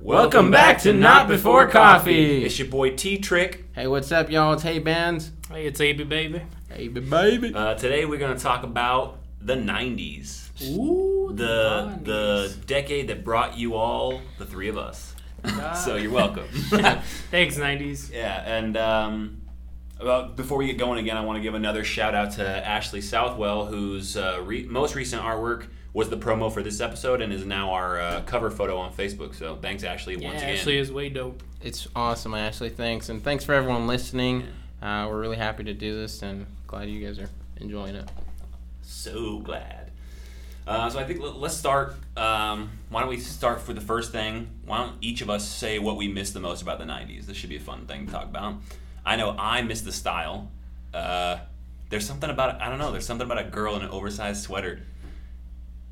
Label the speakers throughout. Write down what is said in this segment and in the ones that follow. Speaker 1: Welcome back to Not Before Coffee.
Speaker 2: It's your boy T Trick.
Speaker 1: Hey, what's up, y'all? It's Hey Bands.
Speaker 3: Hey, it's AB baby.
Speaker 1: Hey, baby.
Speaker 2: Uh, today we're gonna talk about the '90s,
Speaker 3: Ooh,
Speaker 2: the the decade that brought you all, the three of us. So you're welcome.
Speaker 3: thanks nineties.
Speaker 2: yeah, and um, well, before we get going again, I want to give another shout out to Ashley Southwell, whose uh, re- most recent artwork was the promo for this episode and is now our uh, cover photo on Facebook. So thanks, Ashley,
Speaker 3: Yeah,
Speaker 2: once again.
Speaker 3: Ashley is way dope.
Speaker 1: It's awesome, Ashley. Thanks, and thanks for everyone listening. Uh, we're really happy to do this, and glad you guys are enjoying it.
Speaker 2: So glad. Uh, so I think let- let's start. Um, why don't we start for the first thing? Why don't each of us say what we miss the most about the '90s? This should be a fun thing to talk about. I know I miss the style. Uh, there's something about I don't know. There's something about a girl in an oversized sweater.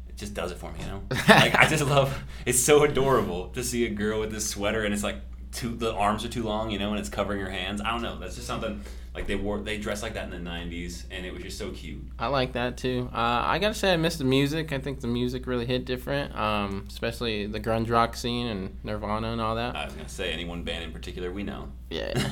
Speaker 2: It just does it for me, you know. like I just love. It's so adorable to see a girl with this sweater, and it's like too the arms are too long, you know, and it's covering her hands. I don't know. That's just something like they wore. They dressed like that in the '90s, and it was just so cute.
Speaker 1: I like that too. Uh, I gotta say, I miss the music. I think the music really hit different, um, especially the grunge rock scene and Nirvana and all that.
Speaker 2: I was gonna say any one band in particular we know.
Speaker 1: Yeah.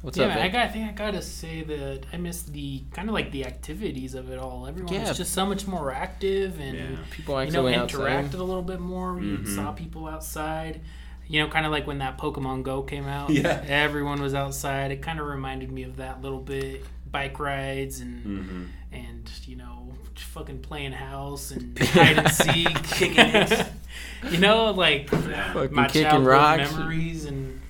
Speaker 1: What's
Speaker 3: yeah,
Speaker 1: up?
Speaker 3: I,
Speaker 1: Vic?
Speaker 3: got, I think I gotta say that I miss the kind of like the activities of it all. Everyone
Speaker 1: Yeah.
Speaker 3: was just so much more active and
Speaker 2: Yeah.
Speaker 1: People
Speaker 3: you know
Speaker 1: actually went
Speaker 3: interacted
Speaker 1: outside.
Speaker 3: a little bit more. You
Speaker 2: Mhm.
Speaker 3: saw people outside. You know, kind of like when that Pokemon Go came out.
Speaker 2: Yeah.
Speaker 3: everyone was outside. It kind of reminded me of that little bit. Bike rides and
Speaker 2: Mm-hmm.
Speaker 3: and you know fucking playing house and hide and seek
Speaker 2: Kicking it.
Speaker 3: you know like
Speaker 2: Fucking
Speaker 3: my
Speaker 1: kicking
Speaker 3: childhood
Speaker 1: rocks.
Speaker 3: memories and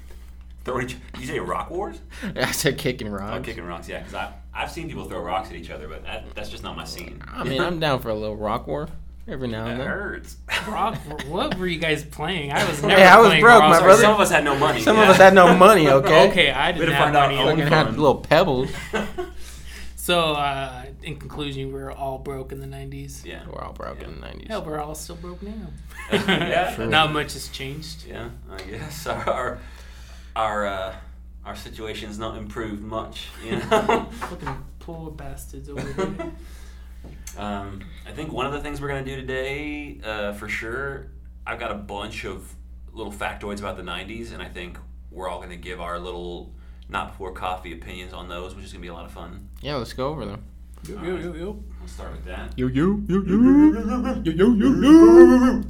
Speaker 2: Throwing, did you say rock wars?
Speaker 1: I said kicking
Speaker 2: Oh,
Speaker 1: rock.
Speaker 2: kicking rocks, yeah. Because I've, I've seen people throw rocks at each other, but that, that's just not my scene.
Speaker 1: I mean, I'm down for a little rock war every now
Speaker 2: That
Speaker 1: and then.
Speaker 2: hurts.
Speaker 3: rock what were you guys playing i was
Speaker 1: Hey,
Speaker 3: never
Speaker 1: I was
Speaker 3: playing
Speaker 1: broke, my
Speaker 3: rock.
Speaker 1: brother.
Speaker 2: Some of us had no money.
Speaker 1: Some of
Speaker 2: yeah.
Speaker 1: us had no money, okay?
Speaker 3: okay i
Speaker 2: Way
Speaker 3: didn't
Speaker 2: to
Speaker 3: have
Speaker 2: find out
Speaker 3: money
Speaker 2: our
Speaker 1: Fucking had
Speaker 2: fun.
Speaker 1: little pebbles.
Speaker 3: so uh, in conclusion we were all broke in the 90s
Speaker 2: yeah.
Speaker 1: We're all broke in the
Speaker 3: hell
Speaker 1: 90s.
Speaker 3: we're all still broke now
Speaker 2: Yeah.
Speaker 1: True.
Speaker 3: not much has changed
Speaker 2: Yeah, I guess our our our, uh, our situation's not improved much. You know.
Speaker 3: fucking poor bastards over there
Speaker 2: um, I think one of the things we're gonna do today, uh, for sure, I've got a bunch of little factoids about the '90s, and I think we're all gonna give our little not before coffee opinions on those, which is gonna be a lot of fun.
Speaker 1: Yeah, let's go over them.
Speaker 3: yo, yo, yo, yo.
Speaker 2: We'll start with that.
Speaker 1: Yo yo yo yo yo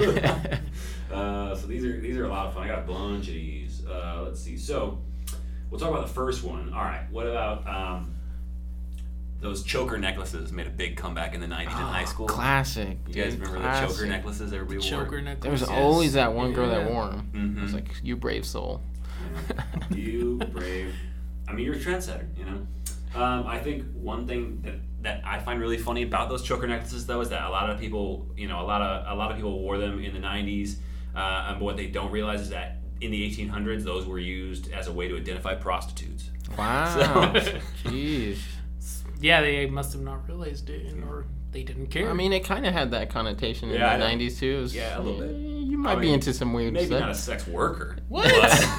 Speaker 1: yo yo.
Speaker 2: Uh, so these are these are a lot of fun. I got a bunch of these. Uh, let's see. So we'll talk about the first one. All right. What about um, those choker necklaces? Made a big comeback in the '90s in high school.
Speaker 1: Ah, Classic.
Speaker 2: You guys
Speaker 1: dude,
Speaker 2: remember
Speaker 1: classic.
Speaker 2: the choker necklaces everybody wore?
Speaker 3: choker necklace
Speaker 1: There was always that one girl that
Speaker 3: Yeah.
Speaker 1: wore them.
Speaker 2: Mhm.
Speaker 1: It's like you brave soul.
Speaker 2: you brave. I mean, you're a trendsetter. You know. Um, I think one thing that, that I find really funny about those choker necklaces, though, is that a lot of people, you know, a lot of a lot of people wore them in the '90s, uh, and what they don't realize is that in the 1800s, those were used as a way to identify prostitutes.
Speaker 1: Wow.
Speaker 2: So-
Speaker 1: Jeez.
Speaker 3: Yeah, they must have not realized it, and- or they didn't care.
Speaker 1: I mean, it kind of had that connotation in
Speaker 2: Yeah, I
Speaker 1: the
Speaker 2: know.
Speaker 1: '90s too. It was- Eh,
Speaker 2: Yeah, a little bit.
Speaker 1: You might
Speaker 2: I
Speaker 1: be
Speaker 2: mean,
Speaker 1: into some weird
Speaker 2: Maybe not a
Speaker 1: stuff.
Speaker 2: sex worker.
Speaker 3: What?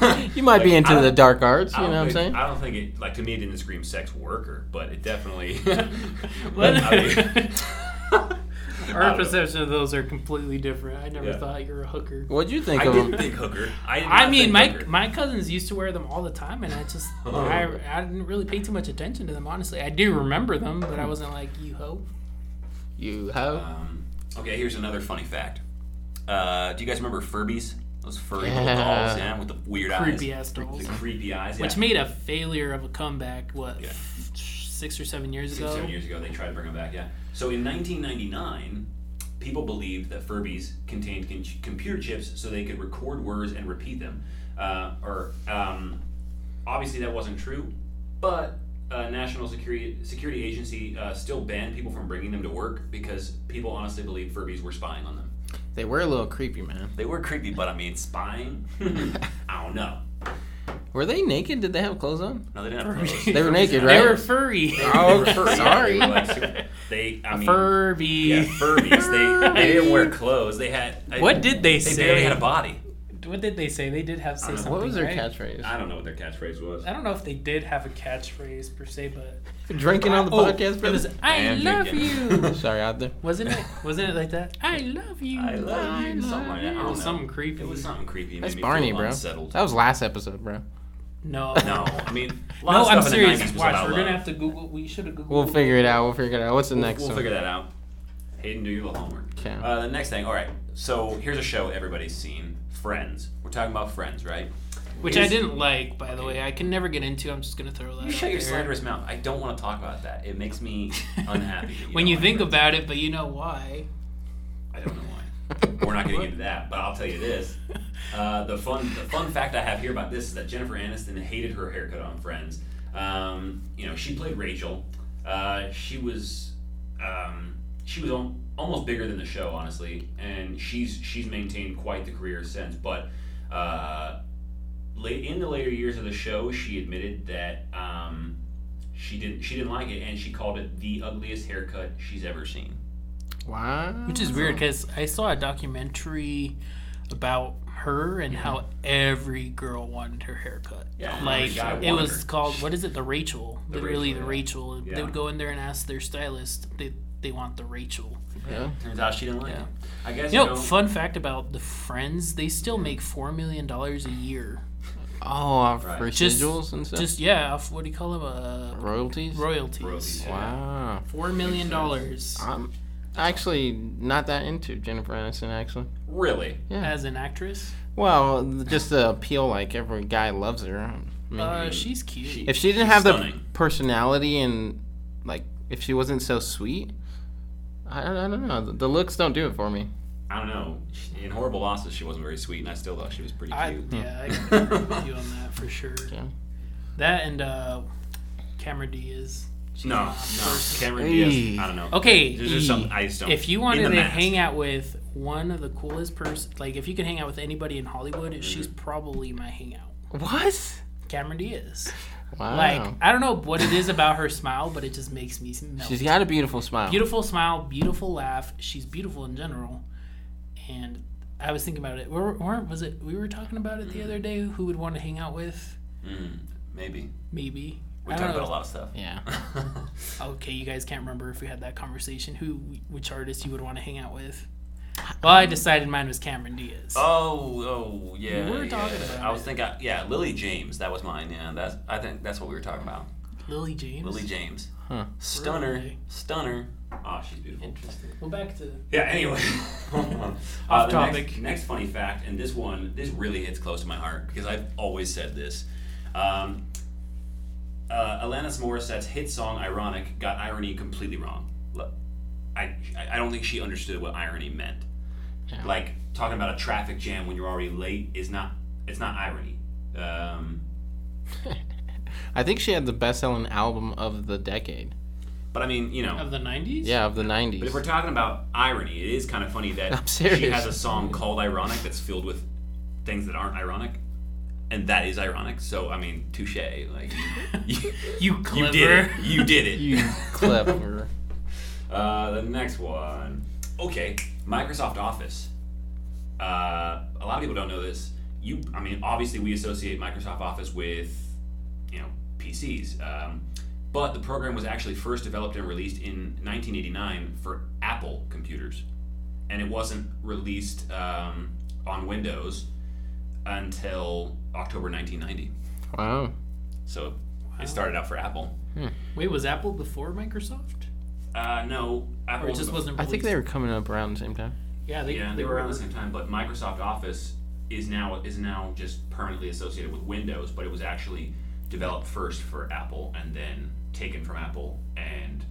Speaker 2: but-
Speaker 1: You might be
Speaker 2: Like, I
Speaker 1: into
Speaker 2: don't-
Speaker 1: the dark arts.
Speaker 2: I
Speaker 1: You
Speaker 2: don't
Speaker 1: know what I'm
Speaker 2: think-
Speaker 1: saying?
Speaker 2: I don't think it like to me it didn't scream sex worker, but it definitely.
Speaker 3: What?
Speaker 2: I
Speaker 3: our
Speaker 2: don't know.
Speaker 3: perception of those are completely different. I never
Speaker 2: Yeah.
Speaker 3: thought you were a hooker.
Speaker 1: What'd you think
Speaker 2: I
Speaker 1: of
Speaker 2: didn't
Speaker 1: them?
Speaker 2: think hooker. I, did
Speaker 3: I
Speaker 2: not
Speaker 3: mean,
Speaker 2: think
Speaker 3: my
Speaker 2: hooker.
Speaker 3: my cousins used to wear them all the time, and I just
Speaker 2: Oh.
Speaker 3: I, I didn't really pay too much attention to them. Honestly, I do remember them, but I wasn't like you ho.
Speaker 1: You have?
Speaker 2: Um, okay, here's another funny fact. Uh, do you guys remember Furbies? Those furry
Speaker 1: Yeah.
Speaker 2: little dolls, yeah, with the weird
Speaker 3: Creepy
Speaker 2: eyes.
Speaker 3: ass dolls.
Speaker 2: The creepy eyes, yeah.
Speaker 3: Which made a failure of a comeback. What?
Speaker 2: Yeah.
Speaker 3: Six or seven years
Speaker 2: Six,
Speaker 3: ago.
Speaker 2: seven years ago, they tried to bring them back, yeah. So in 1999, people believed that Furbies contained con- computer chips so they could record words and repeat them. Uh, or um, obviously that wasn't true, but uh, National Security Security Agency uh, still banned people from bringing them to work because people honestly believed Furbies were spying on them.
Speaker 1: They were a little creepy, man.
Speaker 2: They were creepy, but I mean, spying? I don't know.
Speaker 1: Were they naked? Did they have clothes on?
Speaker 2: No, they didn't have clothes.
Speaker 1: They were naked,
Speaker 3: They
Speaker 1: right?
Speaker 3: were furry.
Speaker 1: Oh,
Speaker 2: They were furry.
Speaker 1: sorry.
Speaker 2: They, were like super- they I mean,
Speaker 3: Furby.
Speaker 2: yeah, Furbies. They, they didn't wear clothes. They had. I-
Speaker 3: What did they
Speaker 2: They
Speaker 3: say?
Speaker 2: barely had a body.
Speaker 3: what did they say? They did have
Speaker 2: I
Speaker 3: say
Speaker 2: don't know.
Speaker 3: something.
Speaker 2: What
Speaker 1: What was their
Speaker 3: right?
Speaker 1: catchphrase?
Speaker 2: I don't know what their catchphrase was.
Speaker 3: I don't know if they did have a catchphrase per se, but
Speaker 1: Drinking on the
Speaker 3: Oh,
Speaker 1: podcast,
Speaker 3: It was
Speaker 1: brother.
Speaker 3: I
Speaker 2: am
Speaker 3: love
Speaker 2: drinking."
Speaker 3: you.
Speaker 1: Sorry, out there.
Speaker 3: Wasn't it? Wasn't it like that? I love you.
Speaker 2: I love you. Something like that. I
Speaker 3: It
Speaker 2: don't
Speaker 3: was
Speaker 2: know.
Speaker 3: something creepy.
Speaker 2: It was something creepy. It
Speaker 1: That's
Speaker 2: made me
Speaker 1: Barney,
Speaker 2: feel
Speaker 1: bro.
Speaker 2: Unsettled.
Speaker 1: That was last episode, bro.
Speaker 3: No.
Speaker 2: no, I mean, a lot
Speaker 3: No,
Speaker 2: of stuff
Speaker 3: I'm
Speaker 2: in
Speaker 3: serious.
Speaker 2: the 90s was
Speaker 3: Watch,
Speaker 2: about
Speaker 3: we're
Speaker 2: love.
Speaker 3: gonna have to Google. We should have Googled.
Speaker 1: We'll figure it out. We'll figure it out. What's the
Speaker 2: We'll-
Speaker 1: next
Speaker 2: We'll
Speaker 1: one?
Speaker 2: figure that out. Hayden, do your little homework.
Speaker 1: Okay.
Speaker 2: Uh, the next thing. All right. So here's a show everybody's seen. Friends. We're talking about Friends, right?
Speaker 3: Which
Speaker 2: Here's-
Speaker 3: I didn't like, by the way. I can never get into. I'm just gonna throw that.
Speaker 2: You shut
Speaker 3: out
Speaker 2: your
Speaker 3: there.
Speaker 2: slanderous mouth. I don't want to talk about that. It makes me unhappy. that
Speaker 3: when
Speaker 2: don't
Speaker 3: you
Speaker 2: like
Speaker 3: think
Speaker 2: Friends.
Speaker 3: about it, but you know why.
Speaker 2: I don't know why. We're not going to get into that, but I'll tell you this. Uh, the fun, the fun fact I have here about this is that Jennifer Aniston hated her haircut on Friends. Um, you know, she played Rachel. Uh, she was, um, she was al- almost bigger than the show, honestly, and she's she's maintained quite the career since. But uh, late in the later years of the show, she admitted that um, she didn't she didn't like it, and she called it the ugliest haircut she's ever seen.
Speaker 1: Wow.
Speaker 3: Which is weird because I saw a documentary about her and how every girl wanted her haircut.
Speaker 2: Mm-hmm. Yeah, and every
Speaker 3: like
Speaker 2: guy
Speaker 3: it
Speaker 2: wanted
Speaker 3: was
Speaker 2: her.
Speaker 3: called what is it? The Rachel.
Speaker 2: The
Speaker 3: Literally
Speaker 2: Rachel,
Speaker 3: the
Speaker 2: yeah.
Speaker 3: Rachel.
Speaker 2: Yeah.
Speaker 3: They would go in there and ask their stylist. They they want the Rachel.
Speaker 1: Yeah.
Speaker 2: Turns out she didn't like
Speaker 3: Yeah.
Speaker 2: it. I guess
Speaker 3: You
Speaker 2: you
Speaker 3: know,
Speaker 2: know,
Speaker 3: fun fact about the Friends, they still make four million dollars a year.
Speaker 1: Oh, uh,
Speaker 2: Right.
Speaker 3: Just-
Speaker 1: residuals and stuff.
Speaker 3: Just yeah, off what do you call them? Uh,
Speaker 1: royalties.
Speaker 3: royalties.
Speaker 2: Royalties.
Speaker 1: Wow.
Speaker 3: Four million dollars
Speaker 1: I'm actually not that into Jennifer Aniston. Actually,
Speaker 2: really.
Speaker 1: yeah.
Speaker 3: as an actress.
Speaker 1: Well, just the appeal. Like every guy loves her. I mean,
Speaker 3: Uh, she's cute.
Speaker 1: if she didn't
Speaker 2: she's
Speaker 1: have the
Speaker 2: stunning.
Speaker 1: personality and like, if she wasn't so sweet, I, I don't know. The, the looks don't do it for me.
Speaker 2: I don't know. She- In horrible losses, she wasn't very sweet, and I still thought she was pretty
Speaker 3: I,
Speaker 2: cute.
Speaker 3: yeah, I can agree with you on that for sure.
Speaker 1: Yeah.
Speaker 3: That and uh, Cameron Diaz.
Speaker 2: no, no, Cameron
Speaker 1: Hey.
Speaker 2: Diaz. I don't know.
Speaker 3: Okay,
Speaker 2: there's just
Speaker 1: E.
Speaker 2: something I just don't.
Speaker 3: If you wanted
Speaker 2: in
Speaker 3: to
Speaker 2: the mask.
Speaker 3: hang out with one of the coolest person, like if you could hang out with anybody in Hollywood,
Speaker 2: Mm-hmm.
Speaker 3: she's probably my hangout.
Speaker 1: What?
Speaker 3: Cameron Diaz.
Speaker 2: Oh.
Speaker 1: Wow.
Speaker 3: Like I don't know what it is about her smile, but it just makes me melt.
Speaker 2: e-,
Speaker 1: She's got a beautiful smile.
Speaker 3: beautiful smile, beautiful laugh. She's beautiful in general, and I was thinking about it. Were, were was it we were talking about
Speaker 2: Mm-hmm.
Speaker 3: it the other day? Who would want to hang out with?
Speaker 2: Mm, maybe
Speaker 3: Maybe
Speaker 2: we
Speaker 3: I
Speaker 2: talked
Speaker 3: don't
Speaker 2: about
Speaker 3: know.
Speaker 2: a lot of stuff.
Speaker 1: Yeah.
Speaker 3: Okay, you guys can't remember if we had that conversation. Who, which artist you would want to hang out with? Well, I decided mine was Cameron Diaz.
Speaker 2: Oh, oh, yeah.
Speaker 3: We were talking
Speaker 2: yeah.
Speaker 3: about
Speaker 2: I was
Speaker 3: it.
Speaker 2: thinking, yeah, Lily James. That was mine. Yeah, that's. I think that's what we were talking about.
Speaker 3: Lily James.
Speaker 2: Lily James.
Speaker 1: Huh.
Speaker 2: Stunner.
Speaker 3: Really?
Speaker 2: Stunner. Oh, she's beautiful. Interesting.
Speaker 3: Well, back to
Speaker 2: Yeah. Anyway, Uh,
Speaker 3: Off
Speaker 2: the next-
Speaker 3: topic.
Speaker 2: Next, funny fact, and this one, this really hits close to my heart because I've always said this. Um, uh, Alanis Morissette's hit song "Ironic" got irony completely wrong. Look, I I don't think she understood what irony meant.
Speaker 1: Yeah.
Speaker 2: Like talking about a traffic jam when you're already late is not it's not irony. Um,
Speaker 1: I think she had the best-selling album of the decade.
Speaker 2: but I mean, you know,
Speaker 3: of the '90s.
Speaker 1: Yeah, of the
Speaker 2: But if
Speaker 1: '90s.
Speaker 2: we're talking about irony, it is kind of funny
Speaker 1: I'm
Speaker 2: that
Speaker 1: serious.
Speaker 2: she has a song called "Ironic" that's filled with things that aren't ironic, and that is ironic. So I mean, touche. Like you,
Speaker 3: You
Speaker 2: you
Speaker 3: clever.
Speaker 2: did it. You did it.
Speaker 1: You clever.
Speaker 2: Uh, the next one. Okay, Microsoft Office. Uh, a lot of people don't know this. You, I mean, obviously we associate Microsoft Office with, you know, PCs. Um, but the program was actually first developed and released in 1989 for Apple computers, and it wasn't released um, on Windows until October 1990.
Speaker 1: Wow.
Speaker 2: So it started out for Apple.
Speaker 3: Wait, was Apple before Microsoft,
Speaker 2: Uh, no, Apple
Speaker 3: or it
Speaker 2: was
Speaker 3: just
Speaker 2: before-
Speaker 3: wasn't?
Speaker 1: I
Speaker 3: Released?
Speaker 1: think they were coming up around the same time.
Speaker 3: Yeah, they,
Speaker 2: Yeah, they were around the same time, but Microsoft Office is now is now just permanently associated with Windows, but it was actually developed first for Apple and then taken from Apple and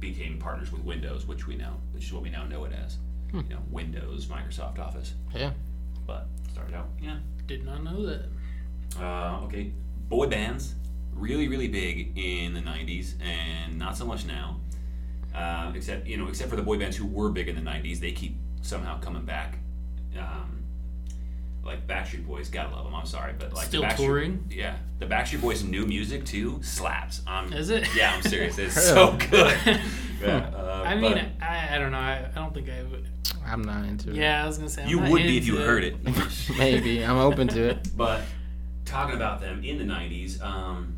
Speaker 2: became partners with Windows, which we now which is what we now know it as. You know, Windows, Microsoft Office.
Speaker 1: Yeah.
Speaker 2: But started out. Yeah.
Speaker 3: Did not know that.
Speaker 2: Uh, okay. Boy bands, really, really big in the '90s, and not so much now. Uh, except you know, except for the boy bands who were big in the '90s, they keep somehow coming back. Um, like Backstreet Boys, gotta love them. I'm sorry, but like
Speaker 3: Still
Speaker 2: the Backstreet,
Speaker 3: touring?
Speaker 2: Yeah, the Backstreet Boys' new music too slaps. I'm,
Speaker 3: Is it?
Speaker 2: Yeah, I'm serious. It's so good. yeah, uh,
Speaker 3: I mean,
Speaker 2: but
Speaker 3: I, I don't know. I, I don't think I would.
Speaker 1: I'm not into it.
Speaker 3: Yeah, I was gonna say. I'm
Speaker 2: you
Speaker 3: not
Speaker 2: would be if you
Speaker 3: into
Speaker 2: heard it.
Speaker 1: Maybe. I'm open to it.
Speaker 2: But talking about them in the '90s, um,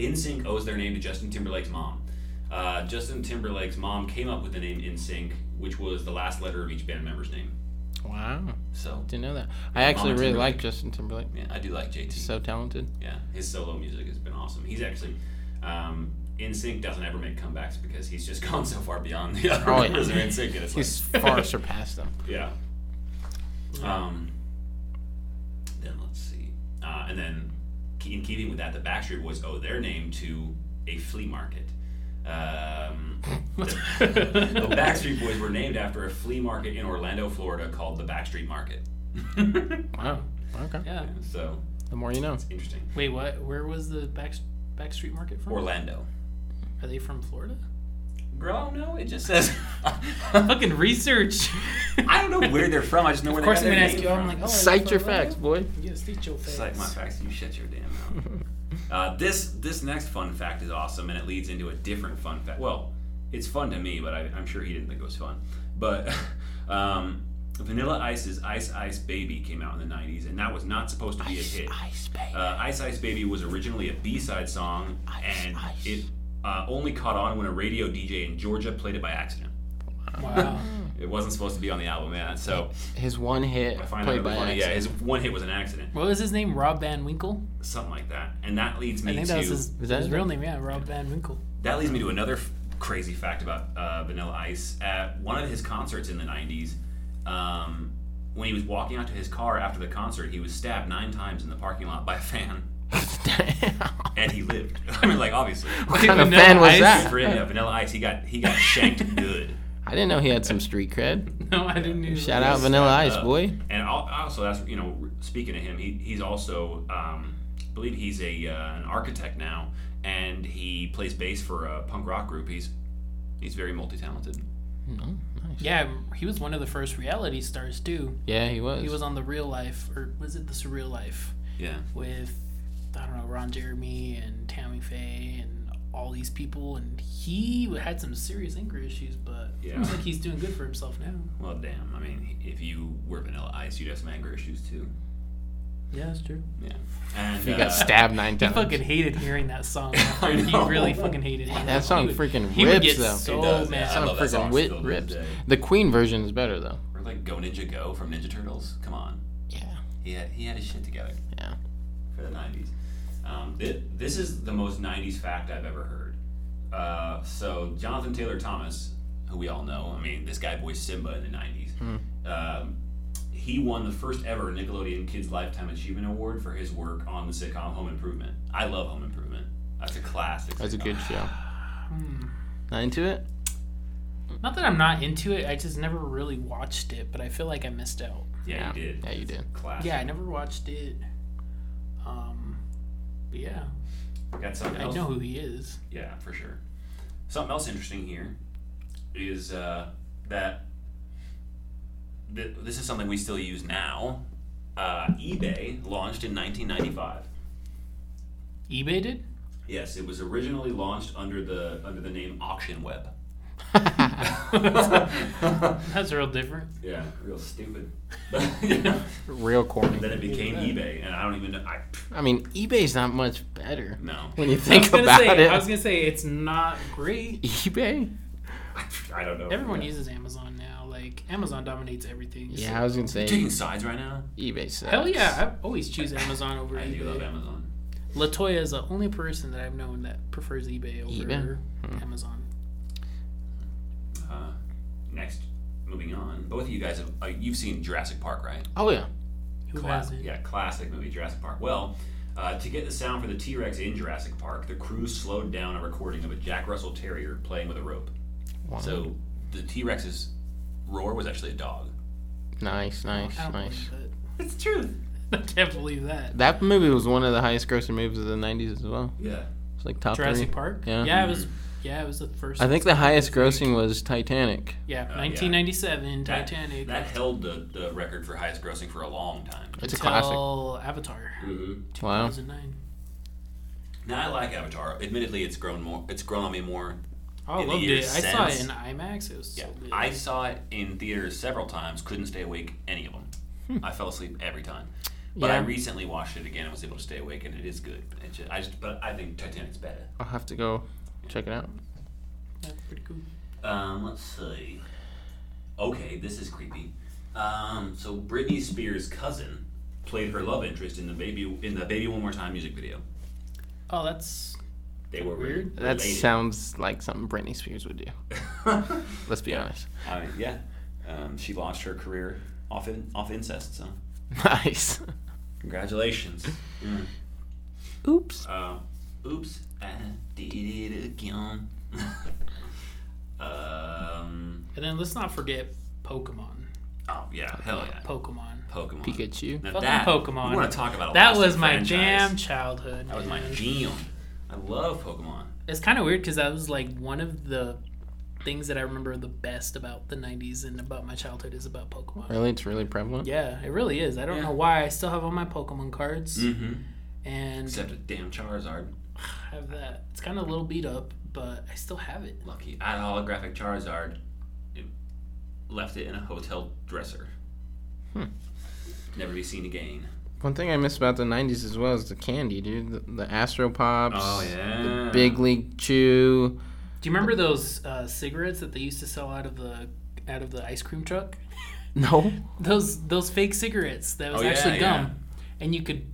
Speaker 2: NSYNC owes their name to Justin Timberlake's mom. Uh, Justin Timberlake's mom came up with the name NSYNC, which was the last letter of each band member's name.
Speaker 1: Wow.
Speaker 2: So
Speaker 1: Didn't know that. I actually
Speaker 2: Mama
Speaker 1: really
Speaker 2: Timberlake.
Speaker 1: like Justin Timberlake.
Speaker 2: yeah, I do like JT.
Speaker 1: He's so talented.
Speaker 2: yeah, his solo music has been awesome. He's actually um, NSYNC doesn't ever make comebacks because he's just gone so far beyond the other
Speaker 1: Oh, yeah.
Speaker 2: members of NSYNC. And it's
Speaker 1: He's
Speaker 2: like,
Speaker 1: far surpassed them.
Speaker 2: yeah. Um, then let's see, uh, and then ke- in keeping with that, the Backstreet Boys owe their name to a flea market. Um, the Backstreet Boys were named after a flea market in Orlando, Florida, called the Backstreet Market.
Speaker 1: Wow. Okay.
Speaker 3: Yeah.
Speaker 2: so
Speaker 1: The more you know.
Speaker 2: interesting.
Speaker 3: Wait, what? Where was the back Backstreet Market from?
Speaker 2: Orlando.
Speaker 3: Are they from Florida?
Speaker 2: Girl, no, it just says.
Speaker 3: Fucking research.
Speaker 2: I don't know where they're from. I just know where
Speaker 3: of course, I'm
Speaker 2: they got
Speaker 3: gonna
Speaker 2: their
Speaker 3: ask
Speaker 2: name
Speaker 3: you. I'm
Speaker 2: from.
Speaker 3: like, oh, are they
Speaker 1: Cite
Speaker 3: from
Speaker 1: your
Speaker 3: Florida?
Speaker 1: facts, boy.
Speaker 3: You gotta state your
Speaker 2: It's like my
Speaker 3: facts.
Speaker 2: facts. You shut your damn mouth. uh, this this next fun fact is awesome, and it leads into a different fun fact. Well, it's fun to me, but I, I'm sure he didn't think it was fun. But um, Vanilla Ice's "Ice Ice Baby" came out in the '90s, and that was not supposed to be a hit.
Speaker 1: Ice Baby.
Speaker 2: Uh, Ice Ice Baby was originally a B-side song, and it uh, only caught on when a radio DJ in Georgia played it by accident.
Speaker 3: Wow.
Speaker 2: It wasn't supposed to be on the album, yeah. So
Speaker 1: His one hit
Speaker 2: I find that
Speaker 1: played by
Speaker 2: really funny. Yeah,
Speaker 1: accident.
Speaker 2: his one hit was an accident,
Speaker 3: What was his name? Rob Van Winkle.
Speaker 2: something like that, and that leads me
Speaker 3: I think
Speaker 2: to
Speaker 3: that was his,
Speaker 1: Is that
Speaker 3: his
Speaker 1: his
Speaker 3: real name. Yeah, Rob Van Winkle.
Speaker 2: that leads me to another f- crazy fact about uh, Vanilla Ice. At one of his concerts in the '90s, um, when he was walking out to his car after the concert, he was stabbed nine times in the parking lot by a fan, and he lived. I mean, like obviously,
Speaker 1: what kind of
Speaker 3: Vanilla
Speaker 1: fan was
Speaker 3: Ice.
Speaker 2: Good
Speaker 1: that?
Speaker 2: for him, yeah, Vanilla Ice, he got he got shanked good.
Speaker 1: I didn't know he had some street cred.
Speaker 3: No, I didn't. Even
Speaker 1: Shout out Vanilla Ice,
Speaker 2: up.
Speaker 1: boy.
Speaker 2: And al- also, that's you know, speaking of him, he, he's also um, I believe he's a uh, an architect now, and he plays bass for a punk rock group. He's he's very multi talented.
Speaker 3: Yeah, he was one of the first reality stars too.
Speaker 1: Yeah, he was.
Speaker 3: He was on the Real Life, or was it the Surreal Life?
Speaker 2: Yeah,
Speaker 3: with I don't know Ron Jeremy and Tammy Faye and all these people, and he had some serious anger issues, but
Speaker 2: Yeah.
Speaker 3: seems like he's doing good for himself now.
Speaker 2: Well, damn. I mean, if you were Vanilla Ice, you'd have some anger issues too.
Speaker 3: Yeah, that's true.
Speaker 2: Yeah, and
Speaker 1: he
Speaker 2: uh,
Speaker 1: got stabbed nine
Speaker 3: He
Speaker 1: times.
Speaker 3: fucking hated hearing that song.
Speaker 2: I
Speaker 3: He
Speaker 2: know.
Speaker 3: really fucking hated it.
Speaker 1: that song
Speaker 3: he would,
Speaker 1: freaking
Speaker 3: he would
Speaker 1: rips,
Speaker 3: get
Speaker 1: though.
Speaker 2: It
Speaker 3: so
Speaker 2: does, yeah.
Speaker 3: mad.
Speaker 2: I
Speaker 1: Some
Speaker 2: love that song
Speaker 1: freaking wit
Speaker 2: still to
Speaker 1: rips.
Speaker 2: this day.
Speaker 1: The Queen version is better though.
Speaker 2: or like Go Ninja Go from Ninja Turtles. Come on,
Speaker 1: Yeah.
Speaker 2: he had he had his shit together
Speaker 1: Yeah.
Speaker 2: for the '90s. Um, thi- this is the most '90s fact I've ever heard. Uh, so Jonathan Taylor Thomas, who we all know, I mean, this guy voiced Simba in the '90s.
Speaker 1: Hmm.
Speaker 2: Um, he won the first ever Nickelodeon Kids Lifetime Achievement Award for his work on the sitcom Home Improvement. I love Home Improvement. That's a classic.
Speaker 1: That's a
Speaker 2: sitcom.
Speaker 1: good show.
Speaker 3: Hmm.
Speaker 1: Not into it?
Speaker 3: Not that I'm not into it, I just never really watched it, but I feel like I missed out.
Speaker 2: Yeah, you did.
Speaker 1: Yeah, you did.
Speaker 2: Classic.
Speaker 3: Yeah, I never watched it. Um, but yeah,
Speaker 2: Got something
Speaker 3: I
Speaker 2: else?
Speaker 3: know who he is.
Speaker 2: Yeah, for sure. Something else interesting here is uh, that th- this is something we still use now. Uh, eBay launched in 1995.
Speaker 3: eBay did.
Speaker 2: Yes, it was originally launched under the under the name Auction Web.
Speaker 3: That's real different.
Speaker 2: Yeah, real stupid. then
Speaker 1: Real corny.
Speaker 2: it became eBay, and I don't even know. I,
Speaker 1: I mean, eBay's not much better
Speaker 2: no,
Speaker 1: when you think about
Speaker 3: say,
Speaker 1: it.
Speaker 3: I was gonna say it's not great.
Speaker 1: eBay?
Speaker 2: I don't
Speaker 1: Oh,
Speaker 2: know.
Speaker 3: Everyone
Speaker 2: Yeah.
Speaker 3: uses Amazon now. Like Amazon dominates everything. so-
Speaker 1: Yeah, I was gonna say
Speaker 2: taking sides right now.
Speaker 1: eBay sucks.
Speaker 3: Hell yeah, I always choose Amazon over
Speaker 2: I do love
Speaker 3: eBay.
Speaker 2: Amazon.
Speaker 3: Latoya is the only person that I've known that prefers eBay over
Speaker 1: eBay? Hmm.
Speaker 3: Amazon.
Speaker 2: Uh, next, moving on. Both of you guys have uh, you've seen Jurassic Park, right?
Speaker 1: Oh yeah.
Speaker 3: Who
Speaker 2: Class-
Speaker 3: hasn't?
Speaker 2: yeah, classic movie Jurassic Park. Well, uh, to get the sound for the T Rex in Jurassic Park, the crew slowed down a recording of a Jack Russell Terrier playing with a rope.
Speaker 1: Wow.
Speaker 2: So the T Rex's roar was actually a dog.
Speaker 1: Nice, nice,
Speaker 3: I don't
Speaker 1: nice.
Speaker 3: believe
Speaker 2: It's truth.
Speaker 3: that. I can't believe that.
Speaker 1: That movie was one of the highest grossing movies of the nineties as well.
Speaker 2: Yeah.
Speaker 1: It's like top
Speaker 3: Jurassic
Speaker 1: three.
Speaker 3: Park.
Speaker 1: Yeah.
Speaker 3: Yeah, it was Yeah, it was the first.
Speaker 1: I think the highest grossing was Titanic.
Speaker 3: Yeah,
Speaker 2: Oh, yeah.
Speaker 3: 1997
Speaker 2: That-
Speaker 3: Titanic.
Speaker 2: That, held the, the record for highest grossing for a long time.
Speaker 1: It's a classic.
Speaker 3: until Avatar.
Speaker 2: Mm-hmm.
Speaker 1: Wow.
Speaker 3: 2009.
Speaker 2: Now I like Avatar. Admittedly, it's grown more. It's grown on me more.
Speaker 3: Oh, I
Speaker 2: In the
Speaker 3: loved it.
Speaker 2: years
Speaker 3: I saw it in
Speaker 2: since.
Speaker 3: IMAX. It was
Speaker 2: Yeah,
Speaker 3: so good.
Speaker 2: I saw it in theaters several times. Couldn't stay awake any of them. I fell asleep every time. But I
Speaker 1: Hmm. Yeah.
Speaker 2: recently watched it again and was able to stay awake, and it is good. It ju- I just, but I think Titanic's better.
Speaker 1: I'll have to go check it out.
Speaker 3: Yeah, pretty cool.
Speaker 2: Um, let's see. Okay, this is creepy. Um, so Britney Spears' cousin played her love interest in the baby in the "Baby One More Time" music video.
Speaker 3: Oh, that's
Speaker 2: They were weird.
Speaker 3: Weird.
Speaker 1: That sounds like something Britney Spears would do. Let's be honest.
Speaker 2: I mean, yeah. Um, she launched her career off in, off incest. So
Speaker 1: Nice.
Speaker 2: congratulations. Mm.
Speaker 1: Oops.
Speaker 2: Uh, oops, I did it again. um,
Speaker 3: and then let's not forget Pokemon.
Speaker 2: oh yeah, hell yeah,
Speaker 3: Pokemon.
Speaker 2: Pokemon.
Speaker 1: Pikachu.
Speaker 2: Now
Speaker 3: Fucking
Speaker 2: that,
Speaker 3: Pokemon.
Speaker 2: We want to talk about a
Speaker 3: That
Speaker 2: lost
Speaker 3: was my
Speaker 2: Oh, franchise.
Speaker 3: jam childhood.
Speaker 2: That was my
Speaker 3: man.
Speaker 2: jam. I love Pokemon.
Speaker 3: It's kind of weird because that was like one of the things that I remember the best about the 90s and about my childhood is about Pokemon.
Speaker 1: Really, it's really prevalent.
Speaker 3: Yeah, it really is. I don't
Speaker 2: Yeah.
Speaker 3: know why I still have all my Pokemon cards
Speaker 2: Mm-hmm.
Speaker 3: and
Speaker 2: Except a damn Charizard.
Speaker 3: have that. It's kind of a little beat up, but I still have it.
Speaker 2: Lucky. I had a holographic Charizard. It left it in a hotel dresser.
Speaker 3: Hmm.
Speaker 2: Never be seen again.
Speaker 1: One thing I miss about the '90s as well is the candy, dude. The, the Astro Pops.
Speaker 2: Oh, yeah.
Speaker 1: The Big League Chew.
Speaker 3: Do you remember those uh, cigarettes that they used to sell out of the out of the ice cream truck?
Speaker 1: No.
Speaker 3: Those those fake cigarettes that was
Speaker 2: Oh, yeah,
Speaker 3: actually
Speaker 2: yeah.
Speaker 3: gum, and you could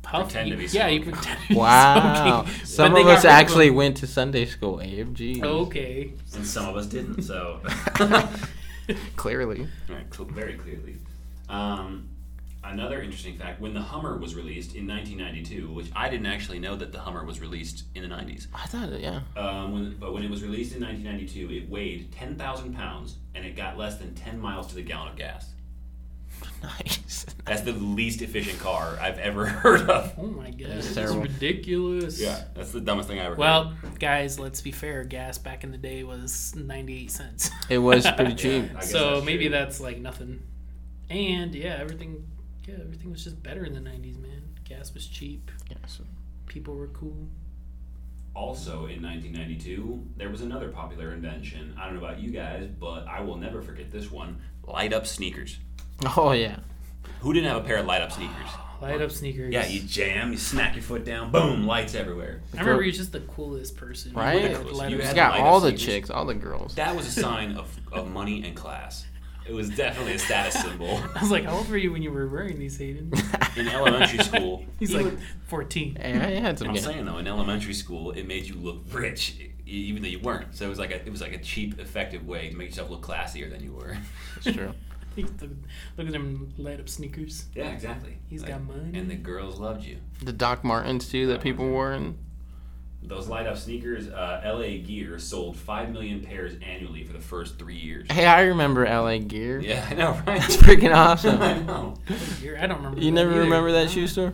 Speaker 3: puff.
Speaker 2: Pretend
Speaker 3: you-
Speaker 2: to be
Speaker 3: yeah, you
Speaker 2: smoking.
Speaker 3: pretend. to be
Speaker 1: Wow.
Speaker 3: smoking. But
Speaker 1: Some
Speaker 3: they
Speaker 1: of
Speaker 3: got
Speaker 1: us
Speaker 3: rid them.
Speaker 1: actually went to Sunday school, Abe. Jeez.
Speaker 3: Okay.
Speaker 2: And some of us didn't, so.
Speaker 3: Oh.
Speaker 1: Clearly.
Speaker 2: Right, cl- very clearly. Um, another interesting fact: when the Hummer was released in 1992, which I didn't actually know that the Hummer was released in the 90s.
Speaker 1: I thought, yeah.
Speaker 2: Um, when, but when it was released in 1992, it weighed 10,000 pounds and it got less than 10 miles to the gallon of gas.
Speaker 1: Nice.
Speaker 2: That's the least efficient car I've ever heard of.
Speaker 3: Oh my god, this is
Speaker 1: terrible.
Speaker 3: ridiculous.
Speaker 2: that's the dumbest thing I ever.
Speaker 3: Well, guys, let's be fair. Gas back in the day was 98 cents.
Speaker 1: It was pretty
Speaker 2: heard.
Speaker 1: cheap.
Speaker 2: Yeah, I guess
Speaker 3: so
Speaker 2: that's
Speaker 3: maybe
Speaker 2: true.
Speaker 3: that's like nothing. And yeah, everything yeah, everything was just better in the 90s, man. Gas was cheap.
Speaker 1: Yes.
Speaker 3: People were cool.
Speaker 2: Also in 1992, there was another popular invention. I don't know about you guys, but I will never forget this one: light up sneakers.
Speaker 1: Oh yeah.
Speaker 2: Who didn't have a pair of light up sneakers?
Speaker 3: Light up sneakers.
Speaker 2: Yeah, you jam, you smack your foot down, boom, lights everywhere.
Speaker 3: I remember you're just the coolest person.
Speaker 1: Right?
Speaker 3: You
Speaker 2: Coolest.
Speaker 3: light
Speaker 2: You
Speaker 3: up
Speaker 1: It's
Speaker 2: had-
Speaker 3: sneakers.
Speaker 1: got
Speaker 2: light
Speaker 1: all
Speaker 2: up
Speaker 1: the
Speaker 2: sneakers.
Speaker 1: chicks, all the girls.
Speaker 2: That was a sign of, of money and class. It was definitely a status symbol.
Speaker 3: I was like, how old were you when you were wearing these, Hayden?
Speaker 2: In elementary school,
Speaker 3: He's
Speaker 2: you
Speaker 3: like
Speaker 2: would-
Speaker 3: 14.
Speaker 1: yeah, I had some.
Speaker 2: I'm
Speaker 1: ga-
Speaker 2: saying though, in elementary school, it made you look rich, e- even though you weren't. So it was like a, it was like a cheap, effective way to make yourself look classier than you were.
Speaker 1: It's true.
Speaker 3: Look look at them light up sneakers.
Speaker 2: Yeah, exactly.
Speaker 3: He's
Speaker 2: Like,
Speaker 3: got money.
Speaker 2: And the girls loved you.
Speaker 1: The Doc Martens too that people wore and
Speaker 2: Those light up sneakers, uh, LA Gear sold five million pairs annually for the first three years.
Speaker 1: Hey, I remember LA Gear.
Speaker 2: Yeah, I know,
Speaker 1: It's
Speaker 2: right?
Speaker 1: freaking
Speaker 2: I
Speaker 1: awesome.
Speaker 2: know.
Speaker 3: Gear. I don't remember.
Speaker 1: You
Speaker 3: that
Speaker 1: never
Speaker 3: either.
Speaker 1: remember that
Speaker 3: Huh?
Speaker 1: shoe store?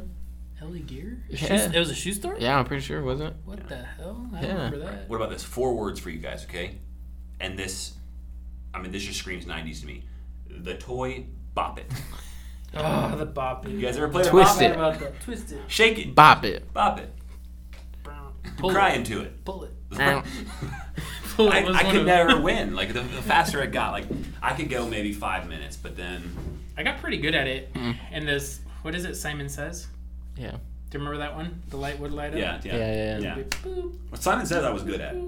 Speaker 3: LA Gear? A
Speaker 1: Yeah.
Speaker 3: Shoe, it was a shoe store?
Speaker 1: Yeah, I'm pretty sure, wasn't it?
Speaker 3: What the hell? I
Speaker 1: Yeah.
Speaker 3: remember that.
Speaker 2: What about this? Four words for you guys, okay? And this, I mean, this just screams 90s to me. The toy Bop It.
Speaker 3: Oh, the bop.
Speaker 2: You guys ever played a
Speaker 1: Twist
Speaker 2: Bop It?
Speaker 1: it.
Speaker 3: about that. Twist it.
Speaker 2: Shake it.
Speaker 1: Bop it.
Speaker 2: Bop It.
Speaker 3: Pull
Speaker 2: Cry
Speaker 3: it.
Speaker 2: into it.
Speaker 3: Pull it.
Speaker 1: Ow.
Speaker 3: Pull it.
Speaker 2: I,
Speaker 3: was
Speaker 2: I
Speaker 3: one
Speaker 2: could
Speaker 3: of-
Speaker 2: never win. Like, the, the faster it got, like, I could go maybe five minutes, but then,
Speaker 3: I got pretty good at it.
Speaker 1: Mm.
Speaker 3: And this, what is it? Simon Says.
Speaker 1: yeah.
Speaker 3: Do you remember that one? The light would light up.
Speaker 2: yeah, yeah.
Speaker 1: Yeah, yeah, yeah.
Speaker 3: Boop.
Speaker 2: Well, Simon says I was good at it.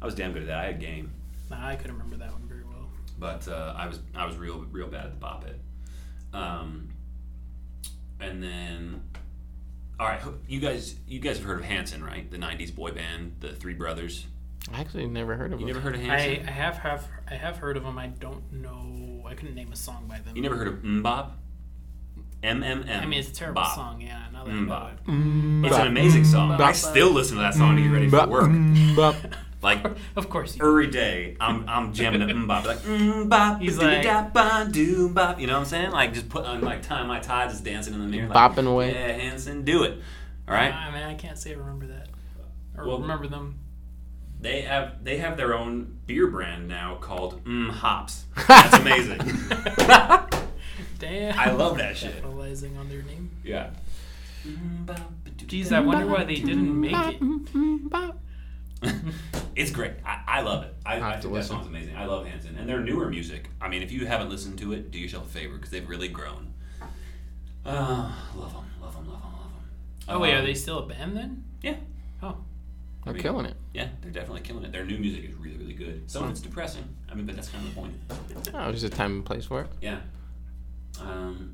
Speaker 2: I was damn good at that. I had game.
Speaker 3: Nah, I couldn't remember that one very well.
Speaker 2: but uh, I was I was real real bad at the bop it. Um, and then, all right, who- you guys you guys have heard of Hanson, right? The '90s boy band, the Three Brothers.
Speaker 1: I actually never heard of
Speaker 2: You
Speaker 1: it.
Speaker 2: never heard of
Speaker 3: I,
Speaker 2: Hanson?
Speaker 3: I have have I have heard of them. I don't know. I couldn't name a song by them.
Speaker 2: You never heard of Mbop? M M M.
Speaker 3: I mean, it's a terrible song. Yeah, now that I know
Speaker 2: Mbop.
Speaker 3: it.
Speaker 2: It's an amazing song. I
Speaker 3: Mbop.
Speaker 2: still listen to that song to get ready for
Speaker 1: Mm, Bop,
Speaker 2: work.
Speaker 1: mm, bop.
Speaker 2: Like
Speaker 3: Of course. You,
Speaker 2: every day, I'm I'm jamming to Mbop. Like Mbop,
Speaker 3: He's like-
Speaker 2: ba do bop. You know what I'm saying? Like just put on like time my tides just dancing in the mirror. Like,
Speaker 1: Bopping away.
Speaker 2: Yeah, Hanson, do it. All right.
Speaker 3: I mean, I can't say I remember that or
Speaker 2: Well-
Speaker 3: remember them.
Speaker 2: They have they have their own beer brand now called Mm Hops. That's amazing.
Speaker 3: Damn.
Speaker 2: I love that shit.
Speaker 3: Capitalizing on their name.
Speaker 2: Yeah.
Speaker 3: Geez, I wonder why they didn't make it.
Speaker 1: Mm,
Speaker 2: It's great. I, I love it. I, I
Speaker 1: have to
Speaker 2: think that
Speaker 1: listen.
Speaker 2: song's amazing. I love Hanson and their newer music. I mean, if you haven't listened to it, do yourself a favor because they've really grown. Uh, love them, love them, love them, love them.
Speaker 3: Oh wait, are they still a band then?
Speaker 2: Yeah,
Speaker 3: Oh,
Speaker 1: They're killing it.
Speaker 2: yeah, they're definitely killing it. Their new music is really, really good. Some of it's depressing. I mean, but that's kind of the point.
Speaker 1: Oh, there's a time and place for it.
Speaker 2: Yeah. Um,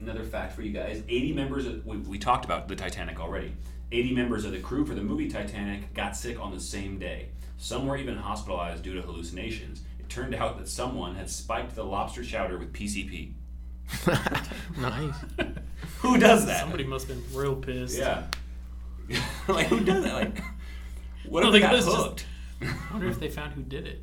Speaker 2: another fact for you guys: eighty members. Of, we, we talked about the Titanic already. Eighty members of the crew for the movie Titanic got sick on the same day. Some were even hospitalized due to hallucinations. It turned out that someone had spiked the lobster chowder with PCP.
Speaker 1: nice.
Speaker 2: Who does that?
Speaker 3: somebody must have been real pissed.
Speaker 2: Yeah. like who does that? Like, what
Speaker 3: Well,
Speaker 2: if they
Speaker 3: the
Speaker 2: got
Speaker 3: guy's just-
Speaker 2: hooked?
Speaker 3: I wonder if they found who did it.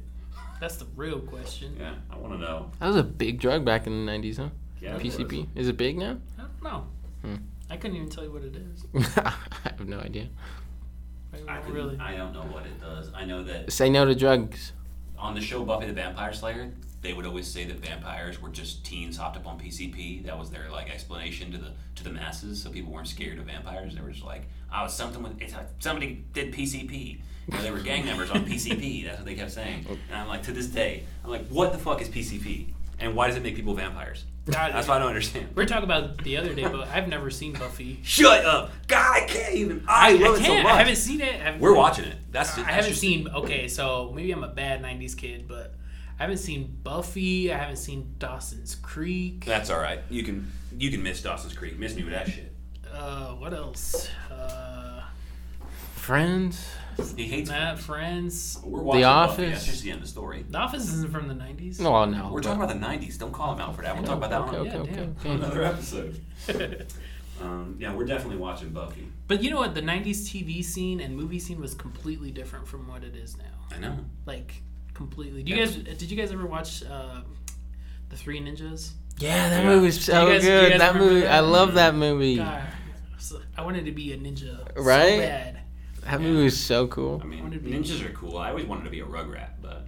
Speaker 3: That's the real question.
Speaker 2: Yeah, I want to know.
Speaker 1: That was a big drug back in the 90s, huh?
Speaker 2: Yeah, it was.
Speaker 1: PCP. Is it big now?
Speaker 3: I don't know.
Speaker 2: Hmm.
Speaker 3: I couldn't even tell you what it is.
Speaker 1: I have no idea.
Speaker 3: I
Speaker 2: I,
Speaker 3: don't
Speaker 2: couldn't-
Speaker 3: really.
Speaker 2: I don't know what it does. I know that
Speaker 1: Say no to drugs.
Speaker 2: on the show Buffy the Vampire Slayer, they would always say that vampires were just teens hopped up on PCP. That was their like explanation to the to the masses, so people weren't scared of vampires. They were just like, "Oh, it's something with it's like somebody did PCP." You know, they were gang members on PCP. That's what they kept saying. And I'm like, to this day, I'm like, "What the fuck is PCP? And why does it make people vampires?"
Speaker 3: God,
Speaker 2: That's what I don't understand.
Speaker 3: we were talking about it the other day, but I've never seen Buffy.
Speaker 2: Shut up, God! I can't even. I love it
Speaker 3: I can't.
Speaker 2: so much.
Speaker 3: I haven't seen it. I've,
Speaker 2: we're watching it. That's just,
Speaker 3: I haven't seen. Okay, so maybe I'm a bad '90s kid, but I haven't seen Buffy. I haven't seen Dawson's Creek.
Speaker 2: That's all right. You can you can miss Dawson's Creek. Miss me with that shit.
Speaker 3: Uh, what else? Uh,
Speaker 1: Friends.
Speaker 2: He hates
Speaker 3: Matt, Friends.
Speaker 2: We're watching
Speaker 1: The
Speaker 2: Buffy.
Speaker 1: Office.
Speaker 2: That's just the end of the story.
Speaker 3: The Office isn't from the '90s.
Speaker 1: No, well, no.
Speaker 2: We're talking about the '90s. Don't call him out for that. We'll talk about that
Speaker 1: okay,
Speaker 2: on
Speaker 1: okay, okay,
Speaker 3: Yeah,
Speaker 1: okay.
Speaker 2: another episode. Um, yeah, we're definitely watching Buffy.
Speaker 3: But you know what? The 90s TV scene and movie scene was completely different from what it is now.
Speaker 2: I know.
Speaker 3: Like, completely. Do you
Speaker 2: Yeah.
Speaker 3: guys, did you guys ever watch uh, The Three Ninjas?
Speaker 1: Yeah, that
Speaker 2: Yeah.
Speaker 1: movie's so
Speaker 3: You guys- you
Speaker 1: good.
Speaker 3: guys
Speaker 1: That
Speaker 3: remember
Speaker 1: movie, I
Speaker 3: that?
Speaker 1: love that movie.
Speaker 3: God, so- I wanted to be a ninja. so
Speaker 1: Right?
Speaker 3: bad.
Speaker 1: That movie was so cool.
Speaker 2: I mean,
Speaker 3: Wanted to be-
Speaker 2: ninjas are cool. I always wanted to be a Rugrat, but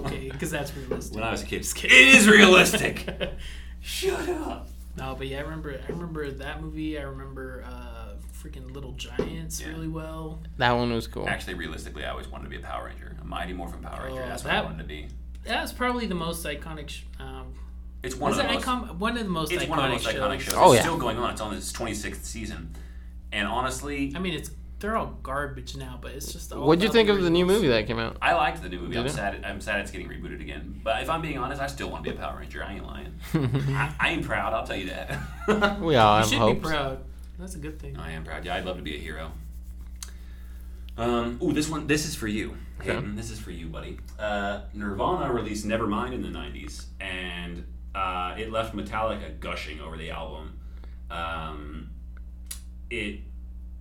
Speaker 3: Okay, because that's realistic.
Speaker 2: when I was a kid, it is realistic. Shut up.
Speaker 3: no, but yeah, I remember. I remember that movie. I remember uh, freaking Little Giants
Speaker 2: Yeah.
Speaker 3: really well.
Speaker 1: That one was cool.
Speaker 2: Actually, realistically, I always wanted to be a Power Ranger, a Mighty Morphin Power Ranger.
Speaker 3: Oh,
Speaker 2: That's what I
Speaker 3: that-
Speaker 2: wanted to be.
Speaker 3: That's probably the most iconic. Sh- um,
Speaker 2: It's one
Speaker 3: is
Speaker 2: of
Speaker 3: it
Speaker 2: the most.
Speaker 3: icon- one of the most
Speaker 2: it's
Speaker 3: iconic
Speaker 2: one of the most iconic shows.
Speaker 3: shows.
Speaker 1: Oh,
Speaker 2: it's
Speaker 1: yeah.
Speaker 2: still going on. It's on its 26th season, and honestly,
Speaker 3: I mean, it's they're all garbage now, but it's just. all
Speaker 1: What'd you
Speaker 3: about
Speaker 1: think of the new
Speaker 3: originals.
Speaker 1: movie that came out?
Speaker 2: I liked the new movie. I'm
Speaker 1: Did it?
Speaker 2: sad. I'm sad it's getting rebooted again. But if I'm being honest, I still want to be a Power Ranger. I ain't lying. I, I am proud. I'll tell you that.
Speaker 1: We all
Speaker 3: You
Speaker 1: have
Speaker 3: should
Speaker 1: hopes.
Speaker 3: be proud. That's a good thing.
Speaker 2: I am proud. Yeah, I'd love to be a hero. Um, ooh, this one. This is for you, Hayden. This is for you, buddy. Uh, Nirvana released Nevermind in the '90s, and uh, it left Metallica gushing over the album. Um, it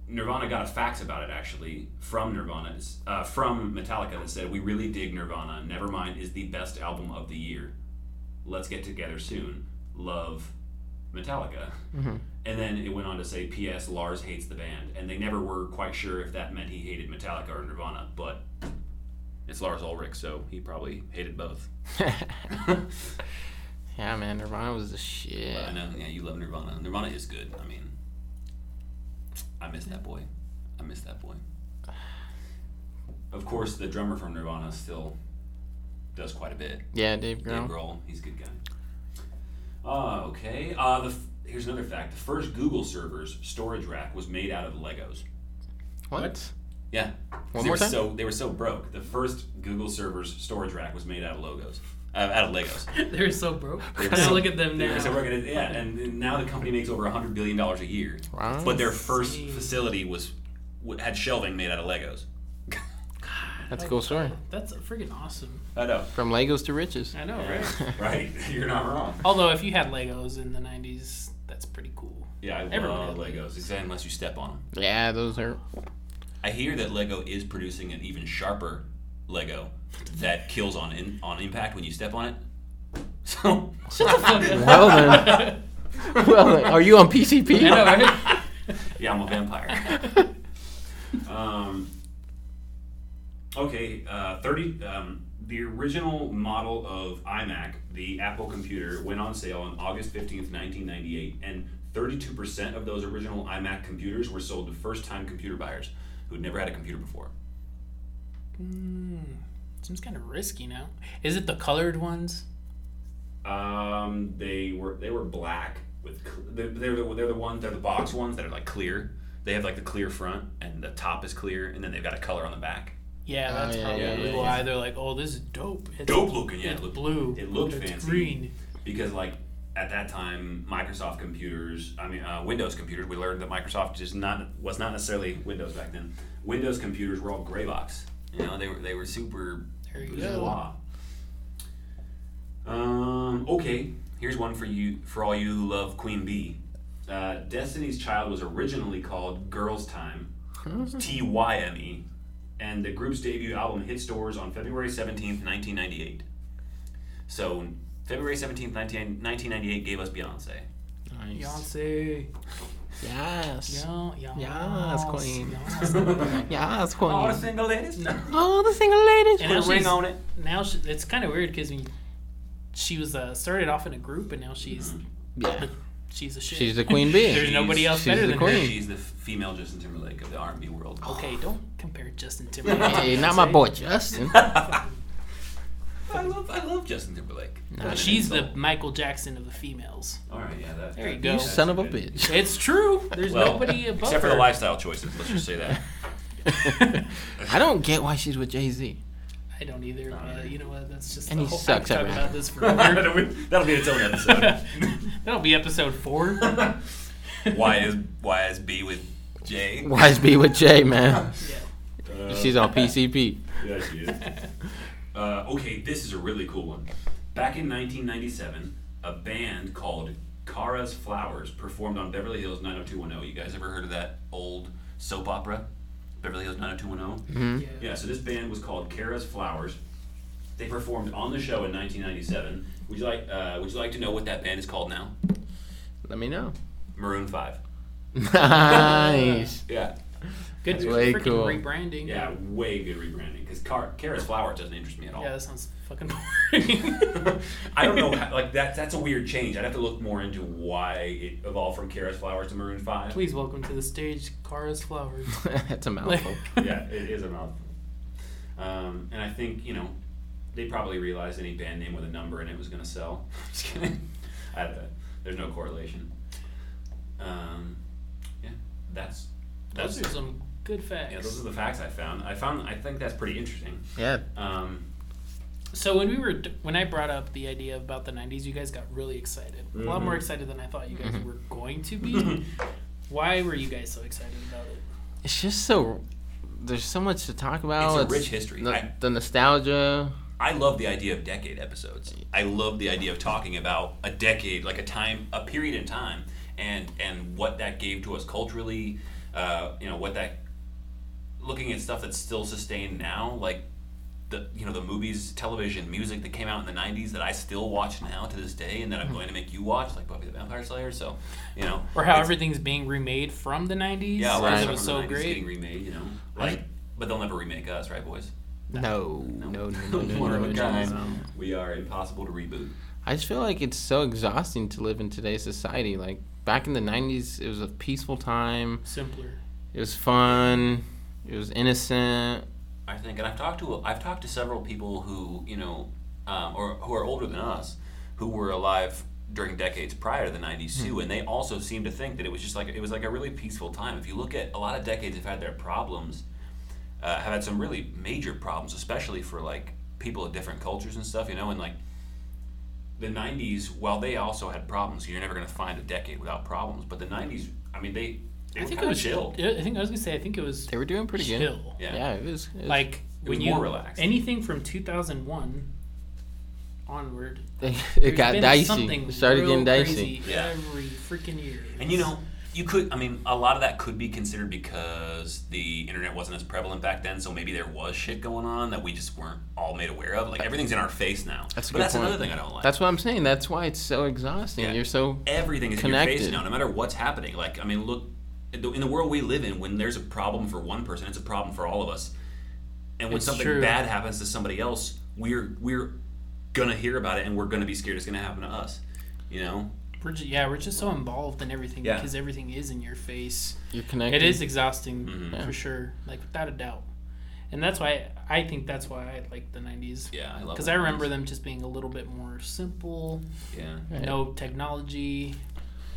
Speaker 2: Nirvana got a fax about it actually from Nirvana, uh, from Metallica that said, "We really dig Nirvana. Nevermind is the best album of the year. Let's get together soon. Love, Metallica." And then it went on to say, "P.S. Lars hates the band," and they never were quite sure if that meant he hated Metallica or Nirvana, but it's Lars Ulrich, so he probably hated both.
Speaker 1: yeah, man, Nirvana was the shit.
Speaker 2: I know. Yeah, you love Nirvana. Nirvana is good. I mean, I miss that boy. I miss that boy. Of course, the drummer from Nirvana still does quite a bit.
Speaker 1: Yeah, Dave
Speaker 2: Dave
Speaker 1: Grohl.
Speaker 2: Grohl, he's a good guy. Uh, okay. Uh, the, f- here's another fact: the first Google server's storage rack was made out of Legos.
Speaker 1: What?
Speaker 2: Yeah. 'Cause they
Speaker 1: more
Speaker 2: were
Speaker 1: time?
Speaker 2: So they were so broke. The first Google server's storage rack was made out of logos, uh, out of Legos.
Speaker 3: They're so broke.
Speaker 2: were
Speaker 3: Now
Speaker 2: so-
Speaker 3: look at them
Speaker 2: They
Speaker 3: now.
Speaker 2: were so broke, and it- yeah, and now the company makes over hundred billion dollars a year.
Speaker 1: Wow.
Speaker 2: But their first
Speaker 3: Insane.
Speaker 2: facility was w- had shelving made out of Legos.
Speaker 1: That's a cool story.
Speaker 3: That's freaking awesome.
Speaker 2: I know,
Speaker 1: From Legos to riches.
Speaker 3: I know, right?
Speaker 2: right? You're not wrong.
Speaker 3: Although if you had Legos in the '90s, that's pretty cool.
Speaker 2: Yeah, I
Speaker 3: Everyone
Speaker 2: love
Speaker 3: had
Speaker 2: Legos, except unless you step on them.
Speaker 1: Yeah, those are.
Speaker 2: I hear that Lego is producing an even sharper Lego that kills on in, on impact when you step on it. So
Speaker 1: Well then. well then, are you on PCP?
Speaker 3: I know, right?
Speaker 2: Yeah, I'm a vampire. um, Okay, uh, 30. Um, the original model of iMac, the Apple computer, went on sale on August 15th, 1998, and 32% of those original iMac computers were sold to first time computer buyers who'd never had a computer before.
Speaker 3: Seems kind of risky now. Is it the colored ones?
Speaker 2: Um, they were they were black with cl- they're, they're the they're the ones they're the box ones that are like clear. They have like the clear front and the top is clear, and then they've got a color on the back.
Speaker 3: Yeah,
Speaker 1: Oh,
Speaker 3: that's
Speaker 1: yeah,
Speaker 3: probably
Speaker 1: yeah, yeah,
Speaker 3: why they're like, oh, this is dope. It's,
Speaker 2: Dope looking, yeah.
Speaker 3: It's
Speaker 2: it looked-
Speaker 3: blue.
Speaker 2: It looked
Speaker 3: it's
Speaker 2: fancy.
Speaker 3: green.
Speaker 2: because like at that time microsoft computers i mean uh, windows computers we learned that microsoft just not was not necessarily windows back then windows computers were all gray box you know they were they were super
Speaker 3: There you
Speaker 2: bourgeois um, okay here's one for you for all you who love queen bee uh, destiny's child was originally called girls time t-y-m-e E, and the group's debut album hit stores on february 17th 1998 so February 17th, 19, 1998 gave us Beyonce.
Speaker 1: Nice.
Speaker 3: Beyonce.
Speaker 1: Yes.
Speaker 3: Yon, yon,
Speaker 1: Yes, queen.
Speaker 3: Yes.
Speaker 1: Yes, Queen.
Speaker 2: All the single ladies? No.
Speaker 1: All the single ladies.
Speaker 3: And now
Speaker 2: Put a ring
Speaker 3: she's-
Speaker 2: on it.
Speaker 3: now she, it's kind of weird because she was uh, started off in a group and now she's
Speaker 1: Yeah.
Speaker 3: she's a shit.
Speaker 1: She's the queen bee.
Speaker 3: There's nobody else
Speaker 1: she's
Speaker 3: better
Speaker 1: the
Speaker 3: than
Speaker 1: queen.
Speaker 2: She's the female Justin Timberlake of the R&B world.
Speaker 3: her. Okay, don't compare Justin Timberlake.
Speaker 1: Hey,
Speaker 3: to
Speaker 1: not my
Speaker 3: Beyonce.
Speaker 1: boy Justin.
Speaker 2: I love, I love Justin Timberlake.
Speaker 1: Nah,
Speaker 3: She's the Michael Jackson of the females.
Speaker 2: All right, yeah. That,
Speaker 3: There you
Speaker 2: that-
Speaker 3: go.
Speaker 1: You
Speaker 2: that's
Speaker 1: son of a
Speaker 2: good.
Speaker 1: bitch.
Speaker 3: It's true. There's
Speaker 2: Well,
Speaker 3: nobody above
Speaker 2: Except for the
Speaker 3: her.
Speaker 2: lifestyle choices, let's just say that.
Speaker 1: I don't get why she's with Jay Z.
Speaker 3: I don't either. Uh, you know what? That's just
Speaker 1: And
Speaker 3: the
Speaker 1: he
Speaker 3: whole, I could
Speaker 1: sucks at
Speaker 3: talk
Speaker 1: rap.
Speaker 3: about this forever.
Speaker 2: That'll be its own episode.
Speaker 3: That'll be episode four.
Speaker 2: Why is why is B with J?
Speaker 1: Why is be with Jay, man?
Speaker 3: Yeah.
Speaker 2: Uh.
Speaker 1: She's on PCP.
Speaker 2: Yeah, she is. uh, okay, this is a really cool one. Back in 1997, a band called Kara's Flowers performed on Beverly Hills 90210. You guys ever heard of that old soap opera? Beverly Hills 90210?
Speaker 1: Hmm?
Speaker 3: Yeah.
Speaker 2: Yeah, so this band was called Kara's Flowers. They performed on the show in 1997. Would you like uh, Would you like to know what that band is called now?
Speaker 1: Let me know.
Speaker 2: Maroon 5.
Speaker 1: Nice.
Speaker 2: Yeah.
Speaker 3: Good
Speaker 1: That's way
Speaker 3: freaking
Speaker 1: cool.
Speaker 3: rebranding.
Speaker 2: Yeah, way good rebranding because Car- Kara's Flowers doesn't interest me at all.
Speaker 3: Yeah, that sounds fucking boring.
Speaker 2: I don't know. how- Like that. That's a weird change. I'd have to look more into why it evolved from Kara's Flowers to Maroon Five.
Speaker 3: Please welcome to the stage, Cara's Flowers.
Speaker 1: That's a mouthful.
Speaker 2: Yeah, it is a mouthful. Um, and I think you know, they probably realized any band name with a number and it was gonna sell. Just kidding. I have that. There's no correlation. Um, yeah, that's that's
Speaker 3: Those are some good facts.
Speaker 2: yeah. Those are the facts I found. I found. I think that's pretty interesting.
Speaker 1: Yeah.
Speaker 2: Um,
Speaker 3: So when we were when I brought up the idea about the '90s, you guys got really excited. A lot more excited than I thought you guys were going to be. Why were you guys so excited about it?
Speaker 1: It's just so. There's so much to talk about.
Speaker 2: It's a rich history.
Speaker 1: The,
Speaker 2: I-
Speaker 1: the nostalgia.
Speaker 2: I love the idea of decade episodes. I love the idea of talking about a decade, like a time, a period in time, and and what that gave to us culturally. Uh, you know what that looking at stuff that's still sustained now, like the you know the movies, television, music that came out in the '90s that I still watch now to this day, and that
Speaker 1: Mm-hmm.
Speaker 2: I'm going to make you watch, like Buffy the Vampire Slayer. So, you know,
Speaker 3: Or how
Speaker 2: it's-
Speaker 3: everything's being remade from the '90s.
Speaker 2: yeah, a lot of
Speaker 1: Right.
Speaker 2: stuff
Speaker 3: it was
Speaker 2: from the
Speaker 3: so
Speaker 2: 90s
Speaker 3: great.
Speaker 2: getting remade. You know, like but they'll never remake us, right, boys?
Speaker 1: No. No. No. No. No.
Speaker 2: One
Speaker 1: no,
Speaker 2: of a
Speaker 1: no,
Speaker 2: kind.
Speaker 1: no.
Speaker 2: We are impossible to reboot.
Speaker 1: I just feel like it's so exhausting to live in today's society. Like back in the '90s, it was a peaceful time.
Speaker 3: Simpler.
Speaker 1: It was fun. It was innocent.
Speaker 2: I think, and I've talked to I've talked to several people who you know, um, or who are older than us, who were alive during decades prior to the '90s
Speaker 3: Hmm.
Speaker 2: too, and they also seem to think that it was just like it was like a really peaceful time. If you look at a lot of decades, have had their problems, uh, have had some really major problems, especially for like people of different cultures and stuff, you know, and like the 90s while they also had problems you're never going to find a decade without problems but the 90s i mean they, they
Speaker 3: I
Speaker 2: were
Speaker 3: think
Speaker 2: kind
Speaker 3: it
Speaker 2: of
Speaker 3: was
Speaker 2: chill
Speaker 3: Yeah, I think I was gonna say I think it was
Speaker 1: They were doing pretty good.
Speaker 3: chill.
Speaker 2: yeah,
Speaker 1: Yeah, it was. It was
Speaker 3: Like
Speaker 2: It was
Speaker 3: when you
Speaker 2: more relaxed.
Speaker 3: anything from 2001 onward,
Speaker 1: it
Speaker 3: there's
Speaker 1: got
Speaker 3: been
Speaker 1: dicey.
Speaker 3: something
Speaker 1: It started
Speaker 3: real
Speaker 1: getting dicey.
Speaker 3: crazy
Speaker 2: Yeah.
Speaker 3: every freaking year.
Speaker 2: And you know, you could, I mean, a lot of that could be considered because the internet wasn't as prevalent back then, so maybe there was shit going on that we just weren't all made aware of. Like, everything's in our face now.
Speaker 1: That's a
Speaker 2: but
Speaker 1: good
Speaker 2: that's
Speaker 1: point.
Speaker 2: another thing I don't like.
Speaker 1: That's what I'm saying. That's why it's so exhausting.
Speaker 2: Yeah.
Speaker 1: You're so
Speaker 2: everything is in your face
Speaker 1: connected.
Speaker 2: now, no matter what's happening. Like, I mean, look, in the in the world we live in, when there's a problem for one person, it's a problem for all of us. and when
Speaker 3: It's
Speaker 2: something
Speaker 3: true.
Speaker 2: bad happens to somebody else, we're we're gonna hear about it, and we're gonna be scared it's gonna happen to us. You know,
Speaker 3: We're ju- yeah, we're just so involved in everything
Speaker 2: Yeah.
Speaker 3: because everything is in your face.
Speaker 1: You're connected.
Speaker 3: It is exhausting
Speaker 2: Mm-hmm.
Speaker 1: Yeah.
Speaker 3: for sure, like without a doubt. And that's why I think that's why I like the 90s.
Speaker 2: yeah, I love
Speaker 3: Because
Speaker 2: that.
Speaker 3: I remember them just being a little bit more simple,
Speaker 2: Yeah,
Speaker 1: Right.
Speaker 3: no technology.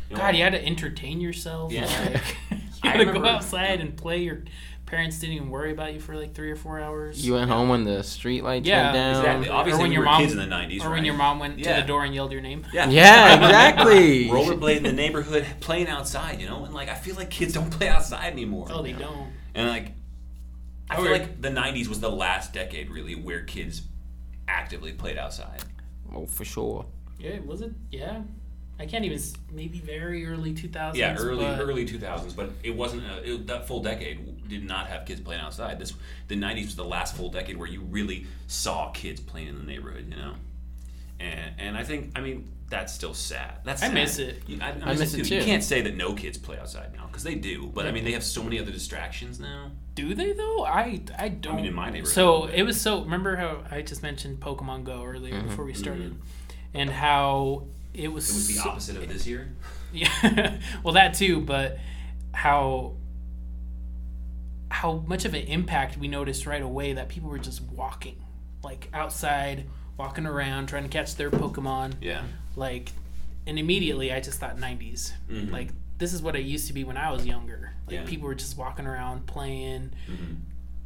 Speaker 2: You know,
Speaker 3: God, you had to entertain yourself.
Speaker 2: Yeah.
Speaker 3: Like, you
Speaker 2: I
Speaker 3: had to go
Speaker 2: remember-
Speaker 3: outside and play. Your parents didn't even worry about you for like three or four hours.
Speaker 1: You went home when the street lights
Speaker 3: Yeah,
Speaker 1: went down.
Speaker 2: Exactly.
Speaker 3: Or
Speaker 2: Obviously,
Speaker 3: when
Speaker 2: we
Speaker 3: your
Speaker 2: were
Speaker 3: mom-
Speaker 2: kids in the '90s,
Speaker 3: or when
Speaker 2: right?
Speaker 3: your mom went to
Speaker 2: Yeah.
Speaker 3: the door and yelled your name.
Speaker 2: Yeah.
Speaker 1: Yeah, exactly.
Speaker 2: Rollerblade in the neighborhood, playing outside, you know, and like I feel like kids don't play outside anymore.
Speaker 3: Oh, they
Speaker 2: you know?
Speaker 3: don't.
Speaker 2: And like, I feel
Speaker 3: Or-
Speaker 2: like the '90s was the last decade really where kids actively played outside.
Speaker 1: Oh, for sure.
Speaker 3: Yeah, was it? Yeah, I can't even. s- Maybe very early two thousands.
Speaker 2: Yeah, early
Speaker 3: but
Speaker 2: early 2000s, but it wasn't a, it, that full decade did not have kids playing outside. This the 90s was the last full decade where you really saw kids playing in the neighborhood, you know. And and I think I mean that's still sad. That's
Speaker 3: I
Speaker 2: sad.
Speaker 3: miss it.
Speaker 2: You- I, I miss it too. You
Speaker 1: too.
Speaker 2: can't say that no kids play outside now because they do, but I mean they have so many other distractions now.
Speaker 3: Do they though? I I don't.
Speaker 2: in my neighborhood,
Speaker 3: So
Speaker 2: but-
Speaker 3: it was so. Remember how I just mentioned Pokemon Go earlier before we started, and how it was.
Speaker 2: Mm-hmm. It was the
Speaker 3: so-
Speaker 2: opposite of this year.
Speaker 3: Yeah. well, that too, but how how much of an impact we noticed right away that people were just walking, like outside, walking around, trying to catch their Pokemon,
Speaker 2: Yeah.
Speaker 3: like, and immediately I just thought '90s, like this is what it used to be when I was younger. Like
Speaker 2: Mm-hmm. Yeah.
Speaker 3: people were just walking around, playing,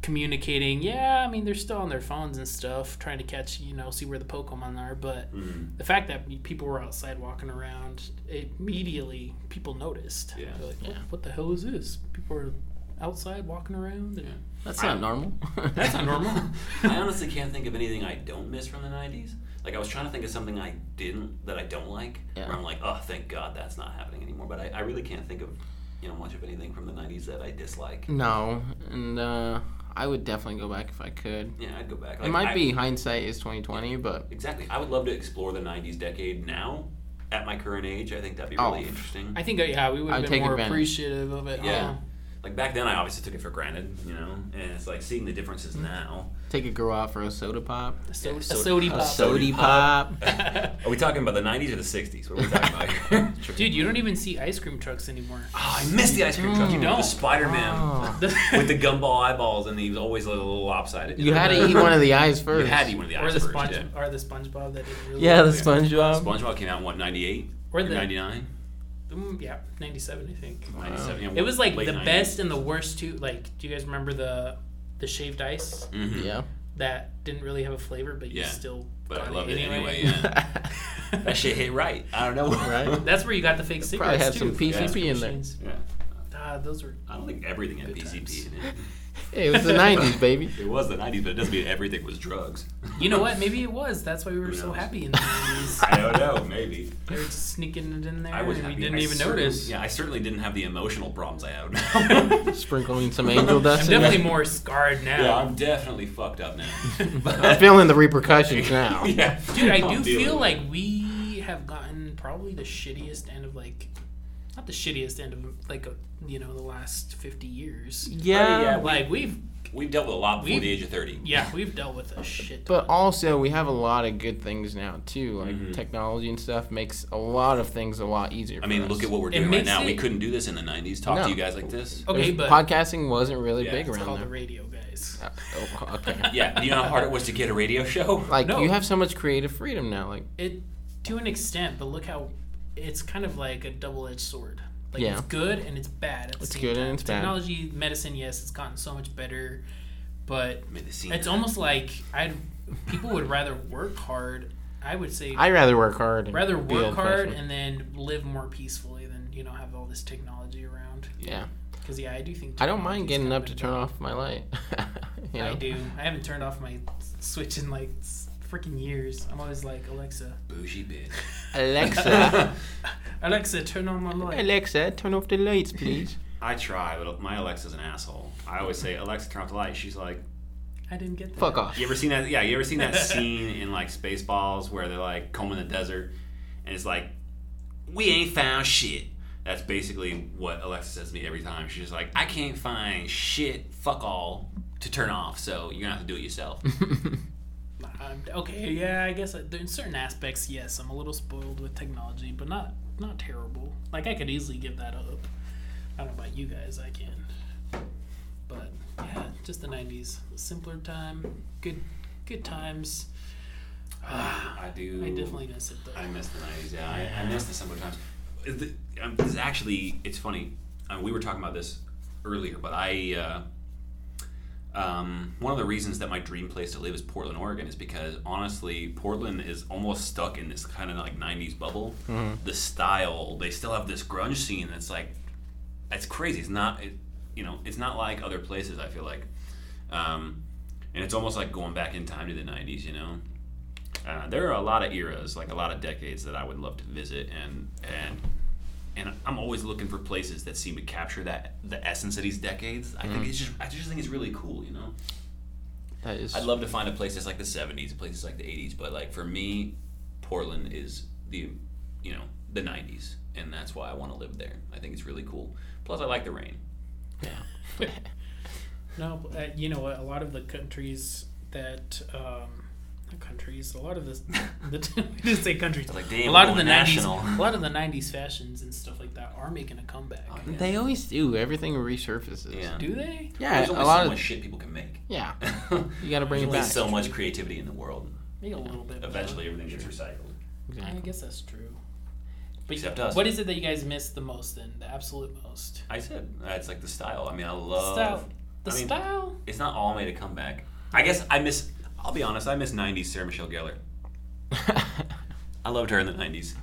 Speaker 3: communicating. Yeah, I mean they're still on their phones and stuff, trying to catch, you know, see where the Pokemon are, but
Speaker 2: Mm-hmm.
Speaker 3: the fact that people were outside walking around immediately people noticed
Speaker 2: Yeah.
Speaker 3: They're like, what, what the hell is this people are outside walking around and
Speaker 1: That's not normal.
Speaker 3: that's not normal
Speaker 2: I honestly can't think of anything I don't miss from the '90s. Like I was trying to think of something I didn't that I don't like.
Speaker 1: Yeah.
Speaker 2: Where I'm like, oh, thank God that's not happening anymore. But I, I really can't think of you know much of anything from the '90s that I dislike.
Speaker 1: no, and uh, I would definitely go back if I could.
Speaker 2: Yeah, I'd go back.
Speaker 1: It
Speaker 2: Like,
Speaker 1: might
Speaker 2: I-
Speaker 1: be hindsight is twenty twenty, but
Speaker 2: exactly. I would love to explore the '90s decade now. At my current age, I think that'd be
Speaker 1: Oh.
Speaker 2: really interesting.
Speaker 3: i think uh, yeah we would
Speaker 1: I'd
Speaker 3: have been
Speaker 1: take
Speaker 3: more
Speaker 1: advantage.
Speaker 3: appreciative of it Oh,
Speaker 2: Yeah.
Speaker 3: huh?
Speaker 2: Like back then, I obviously took it for granted, you know. And it's like seeing the differences now.
Speaker 1: take a girl out for a soda pop.
Speaker 3: A so-
Speaker 2: Yeah,
Speaker 3: a
Speaker 2: soda-
Speaker 3: sody
Speaker 2: a
Speaker 1: A
Speaker 3: pop.
Speaker 1: soda
Speaker 2: soda
Speaker 1: pop.
Speaker 2: Are we talking about the '90s or the '60s? What are we talking about here?
Speaker 3: dude you don't even see ice cream trucks anymore
Speaker 2: Oh, I missed the ice cream truck.
Speaker 1: You
Speaker 2: The
Speaker 3: don't.
Speaker 2: Spider-Man
Speaker 1: Oh.
Speaker 2: with the gumball eyeballs, and he was always a little lopsided.
Speaker 1: You had to eat one of the eyes first.
Speaker 2: You had to eat one of the
Speaker 3: or
Speaker 2: eyes
Speaker 3: the
Speaker 2: first,
Speaker 3: sponge
Speaker 2: yeah.
Speaker 3: or the spongebob that did really
Speaker 1: Yeah, the
Speaker 2: Yeah.
Speaker 1: SpongeBob.
Speaker 2: SpongeBob came out in what 98
Speaker 3: Or the-
Speaker 2: 99,
Speaker 3: Mm, yeah 97 i think
Speaker 2: 97. yeah,
Speaker 3: it was like
Speaker 2: late
Speaker 3: the
Speaker 2: 90s.
Speaker 3: best and the worst too like do you guys remember the the shaved ice
Speaker 2: Mhm.
Speaker 1: yeah.
Speaker 3: that didn't really have a flavor but you
Speaker 2: Yeah.
Speaker 3: still
Speaker 2: But I
Speaker 3: got
Speaker 2: loved it anyway. Yeah. that shit hit right. I don't know.
Speaker 1: Right?
Speaker 3: That's where you got the fake
Speaker 1: probably
Speaker 3: cigarettes
Speaker 1: had
Speaker 3: too.
Speaker 1: some
Speaker 3: for the ice
Speaker 1: PCP
Speaker 3: cream
Speaker 1: in there.
Speaker 3: machines.
Speaker 2: Yeah.
Speaker 3: Ah, those were.
Speaker 2: I don't think everything had PCP in it.
Speaker 1: Hey, it was the '90s, baby.
Speaker 2: It was the 90s, but it doesn't mean everything was drugs.
Speaker 3: You know what? Maybe it was. That's why we were
Speaker 2: Who
Speaker 3: so
Speaker 2: knows?
Speaker 3: happy in the movies.
Speaker 2: I don't know. Maybe.
Speaker 3: they were just sneaking it in there,
Speaker 2: I was.
Speaker 3: and we
Speaker 2: happy.
Speaker 3: didn't
Speaker 2: I
Speaker 3: even
Speaker 2: certainly-
Speaker 3: notice.
Speaker 2: Yeah, I certainly didn't have the emotional problems I have now.
Speaker 1: Sprinkling some angel
Speaker 3: I'm
Speaker 1: dust. in
Speaker 3: definitely
Speaker 1: there.
Speaker 3: more scarred now.
Speaker 2: yeah, I'm definitely fucked up now.
Speaker 1: I'm feeling the repercussions now.
Speaker 2: yeah.
Speaker 3: Dude, I
Speaker 2: I'm dealing
Speaker 3: do feel
Speaker 2: with
Speaker 3: like we have gotten probably the shittiest end of like, not the shittiest end of like a, you know the last fifty years.
Speaker 1: Yeah,
Speaker 2: yeah,
Speaker 3: Like we've
Speaker 2: We've dealt with a lot before
Speaker 3: We've-
Speaker 2: the age of 30.
Speaker 3: yeah we've dealt with a shit.
Speaker 1: But also, we have a lot of good things now too. Like technology and stuff makes a lot of things a lot easier.
Speaker 2: Mm-hmm. I mean,
Speaker 1: for
Speaker 2: look
Speaker 1: us.
Speaker 2: at what we're
Speaker 3: It
Speaker 2: doing right
Speaker 3: makes
Speaker 2: now. we
Speaker 3: it- Oh.
Speaker 2: couldn't do this in the 90s. Talk
Speaker 1: No.
Speaker 2: to you guys like this.
Speaker 3: okay,
Speaker 1: There's-
Speaker 3: but
Speaker 1: podcasting wasn't really
Speaker 2: Yeah,
Speaker 1: big
Speaker 2: it's
Speaker 3: it's
Speaker 1: around
Speaker 3: called the
Speaker 1: there.
Speaker 3: radio, guys.
Speaker 1: Uh, oh, okay.
Speaker 2: Yeah, you know how hard it was to get a radio show?
Speaker 1: Like
Speaker 3: No.
Speaker 1: you have so much creative freedom now. Like
Speaker 3: it to an extent, but look how it's kind of like a double edged sword. Like
Speaker 1: Yeah.
Speaker 3: it's good and it's bad. At the
Speaker 1: It's
Speaker 3: same
Speaker 1: good and
Speaker 3: time.
Speaker 1: it's bad.
Speaker 3: Technology, medicine, yes, it's gotten so much better, but
Speaker 2: Medicina.
Speaker 3: it's almost like I'd people would rather work hard. I would say
Speaker 1: I rather work hard. and
Speaker 3: rather
Speaker 1: be
Speaker 3: work hard
Speaker 1: old-fashioned.
Speaker 3: and then live more peacefully than you know have all this technology around.
Speaker 1: yeah,
Speaker 3: Because yeah, I do think
Speaker 1: I don't mind
Speaker 3: technology's
Speaker 1: getting
Speaker 3: kinda
Speaker 1: up to
Speaker 3: been
Speaker 1: turn
Speaker 3: bad.
Speaker 1: off my light. you know?
Speaker 3: I do. I haven't turned off my s- switch in like s- freaking years. I'm always like Alexa,
Speaker 2: Bougie bitch.
Speaker 1: Alexa,
Speaker 3: Alexa, turn on my light.
Speaker 1: Alexa, turn off the lights, please.
Speaker 2: I try, but my Alexa's an asshole. I always say, Alexa, turn off the light. She's like,
Speaker 3: I didn't get that.
Speaker 1: Fuck off.
Speaker 2: you ever seen that? Yeah, you ever seen that scene in like Spaceballs where they're like combing the desert and it's like, we ain't found shit. That's basically what Alexa says to me every time. She's just like, I can't find shit. Fuck all. to turn off, so you're gonna have to do it yourself.
Speaker 3: I'm, okay, yeah, I guess I, in certain aspects, yes, I'm a little spoiled with technology, but not not terrible. Like I could easily give that up. I don't know about you guys, I can. But yeah, just the '90s, simpler time, good good times.
Speaker 2: I do.
Speaker 3: I definitely miss it though.
Speaker 2: I miss the nineties. Yeah, I, I miss the simpler times. Is the- um, This is actually, it's funny. Uh, we were talking about this earlier, but I, uh, um, one of the reasons that my dream place to live is Portland, Oregon, is because honestly, Portland is almost stuck in this kind of like '90s bubble. The style, they still have this grunge scene that's like, that's crazy. It's not, it, you know, it's not like other places. I feel like, um, and it's almost like going back in time to the '90s. You know, uh, there are a lot of eras, like a lot of decades that I would love to visit, and and and I'm always looking for places that seem to capture that the essence of these decades. I think it's just I just think it's really cool, you know.
Speaker 1: That is
Speaker 2: I'd love to find a place that's like the '70s, a place that's like the '80s, but like for me, Portland is the you know the '90s, and that's why I want to live there. I think it's really cool. Plus, I like the rain.
Speaker 1: yeah.
Speaker 3: No, uh, you know what? A lot of the countries that um, the countries, a lot of this, the I didn't say countries.
Speaker 2: It's like, damn,
Speaker 3: a lot of
Speaker 2: we're
Speaker 3: the
Speaker 2: going national.
Speaker 3: 90s, a lot of the 90s fashions and stuff like that are making a comeback.
Speaker 2: Oh, yeah.
Speaker 1: They always do. Everything resurfaces.
Speaker 2: Yeah.
Speaker 3: Do they?
Speaker 1: Yeah,
Speaker 2: There's
Speaker 1: a
Speaker 2: only
Speaker 1: lot
Speaker 2: so
Speaker 1: of
Speaker 2: much shit people can make.
Speaker 1: yeah.
Speaker 2: There's
Speaker 1: You got to bring it
Speaker 2: only
Speaker 1: back.
Speaker 2: so much creativity in the world.
Speaker 3: Maybe a little bit. but-
Speaker 2: Eventually, everything gets recycled.
Speaker 3: I
Speaker 1: Exactly.
Speaker 3: guess that's true. But
Speaker 2: Except us.
Speaker 3: What is it that you guys miss the most then? The absolute most?
Speaker 2: I said that's like the style. I mean, I love.
Speaker 3: style. The
Speaker 2: I mean-
Speaker 3: style?
Speaker 2: It's not all made a comeback. I guess I miss. I'll be honest. I miss '90s Sarah Michelle Gellar. I loved her in the '90s.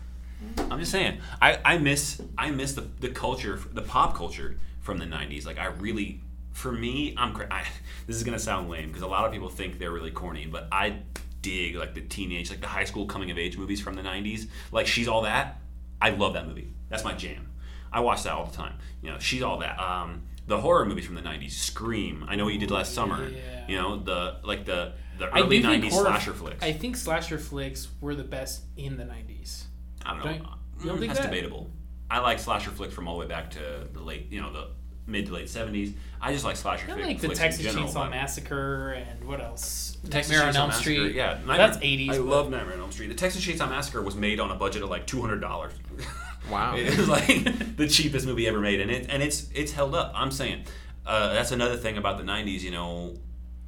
Speaker 2: I'm just saying. I, I miss I miss the, the culture, the pop culture from the '90s. Like I really, for me, I'm. cra- I, this is gonna sound lame because a lot of people think they're really corny, but I dig like the teenage, like the high school coming of age movies from the '90s. Like she's all that. I love that movie. That's my jam. I watch that all the time. You know, she's all that. Um, the horror movies from the '90s, Scream. I know what you did last summer.
Speaker 3: Yeah.
Speaker 2: You know the like the the
Speaker 3: I
Speaker 2: early
Speaker 3: do think
Speaker 2: '90s
Speaker 3: horror-
Speaker 2: slasher flicks.
Speaker 3: I
Speaker 2: I,
Speaker 3: think slasher flicks were the best in the 90s.
Speaker 2: don't know.
Speaker 3: don't- you don't
Speaker 2: Mm,
Speaker 3: think
Speaker 2: that's
Speaker 3: that?
Speaker 2: debatable. I like slasher flicks from all the way back to the late, you know, the mid to late '70s. I just like slasher
Speaker 3: I
Speaker 2: flick-
Speaker 3: like
Speaker 2: flicks.
Speaker 3: the Texas
Speaker 2: in general,
Speaker 3: Chainsaw
Speaker 2: but-
Speaker 3: Massacre and what else?
Speaker 2: Texas
Speaker 3: Nightmare on
Speaker 2: Chainsaw
Speaker 3: Elm
Speaker 2: Massacre,
Speaker 3: Street.
Speaker 2: Yeah,
Speaker 3: that's
Speaker 2: Nightmare-
Speaker 3: 80s.
Speaker 2: I
Speaker 3: but-
Speaker 2: love Nightmare on Elm Street. The Texas Chainsaw Massacre was made on a budget of like two hundred dollars.
Speaker 1: Wow.
Speaker 2: it was like the cheapest movie ever made, and it and it's it's held up. I'm saying, uh, that's another thing about the '90s. You know,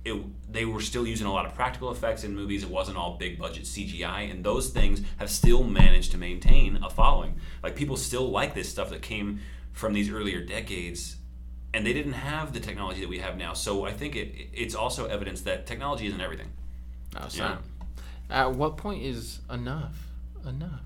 Speaker 2: it they were still using a lot of practical effects in movies. It wasn't all big budget CGI, and those things have still managed to maintain a following. Like people still like this stuff that came from these earlier decades and they didn't have the technology that we have now. So I think it it's also evidence that technology isn't everything.
Speaker 1: No, it's
Speaker 2: Yeah.
Speaker 1: not. At what point is enough? Enough.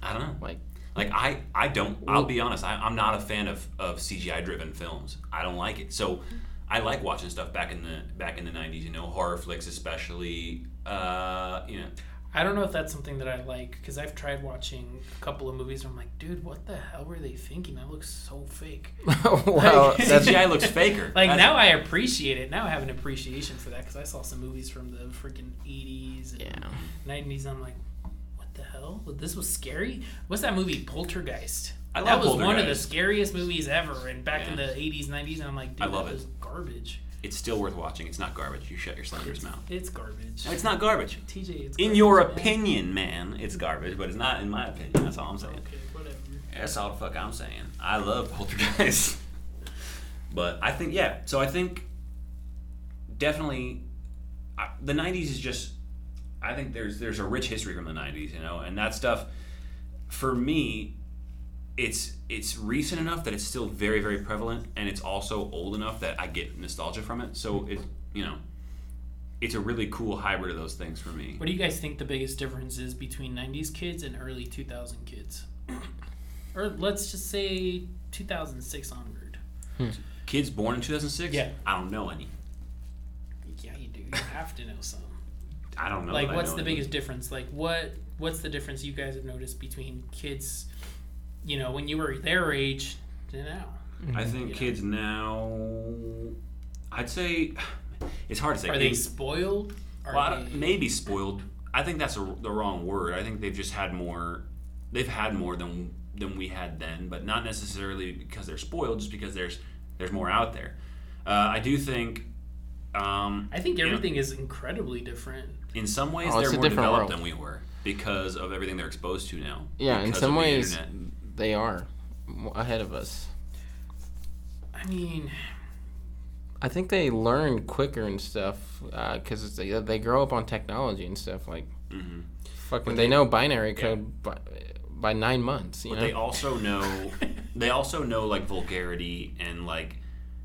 Speaker 2: I don't know.
Speaker 1: Like
Speaker 2: Like I, I don't. I'll be honest. I, I'm not a fan of, of CGI driven films. I don't like it. So, I like watching stuff back in the back in the '90s. You know, horror flicks especially. Uh, you know,
Speaker 3: I don't know if that's something that I like because I've tried watching a couple of movies where I'm like, dude, what the hell were they thinking? That looks so fake.
Speaker 1: well, that's
Speaker 2: CGI looks faker.
Speaker 3: Oh, Like
Speaker 2: That's-
Speaker 3: now I appreciate it. Now I have an appreciation for that because I saw some movies from the freaking 80s and
Speaker 1: yeah.
Speaker 3: 90s. I'm like, what the hell? Well, This was scary. What's that movie, Poltergeist?
Speaker 2: I
Speaker 3: that
Speaker 2: love
Speaker 3: was one of the
Speaker 2: Poltergeist.
Speaker 3: scariest movies ever. And back in
Speaker 2: Yeah.
Speaker 3: the 80s, 90s, and I'm like, dude,
Speaker 2: I love
Speaker 3: that
Speaker 2: it.
Speaker 3: was garbage.
Speaker 2: It's still worth watching. It's not garbage. You shut your slanderous mouth.
Speaker 3: It's garbage.
Speaker 2: No, it's not garbage.
Speaker 3: TJ, it's
Speaker 2: In your
Speaker 3: garbage, man.
Speaker 2: opinion, man, it's garbage. But it's not in my opinion. That's all I'm saying.
Speaker 3: Okay, whatever.
Speaker 2: That's all the fuck I'm saying. I love Poltergeist. but I think, yeah, so I think definitely I, the 90s is just, I think there's there's a rich history from the 90s, you know, and that stuff, for me, it's it's recent enough that it's still very very prevalent and it's also old enough that I get nostalgia from it. So it you know, it's a really cool hybrid of those things for me.
Speaker 3: What do you guys think the biggest difference is between 90s kids and early 2000 kids? or let's just say 2006 onward.
Speaker 2: Kids born in 2006?
Speaker 3: Yeah.
Speaker 2: I don't know any.
Speaker 3: Yeah, you do. You have to know some.
Speaker 2: I don't know.
Speaker 3: like,
Speaker 2: that I
Speaker 3: what's
Speaker 2: know
Speaker 3: the
Speaker 2: any.
Speaker 3: biggest difference? Like, what what's the difference you guys have noticed between kids, you know, when you were their age to now?
Speaker 2: I think
Speaker 3: you know?
Speaker 2: kids now. I'd say it's hard to say.
Speaker 3: Are they
Speaker 2: They-
Speaker 3: spoiled? Are
Speaker 2: well, I don't-
Speaker 3: they-
Speaker 2: maybe spoiled. I think that's a, the wrong word. I think they've just had more. They've had more than than we had then, but not necessarily because they're spoiled. Just because there's there's more out there. Uh, I do think Um,
Speaker 3: I think
Speaker 2: you know,
Speaker 3: everything is incredibly different.
Speaker 2: in some ways
Speaker 1: Oh, it's
Speaker 2: they're
Speaker 1: a
Speaker 2: more
Speaker 1: different
Speaker 2: developed
Speaker 1: world.
Speaker 2: than we were because of everything they're exposed to now.
Speaker 1: Yeah, in
Speaker 2: because
Speaker 1: some
Speaker 2: of the
Speaker 1: ways,
Speaker 2: internet.
Speaker 1: they are m- ahead of us.
Speaker 3: I mean,
Speaker 1: I think they learn quicker and stuff because it's they, they grow up on technology and stuff. Like,
Speaker 2: Mhm.
Speaker 1: fucking, they, know binary code by, by nine months. You
Speaker 2: but
Speaker 1: know?
Speaker 2: they also know they also know like vulgarity and like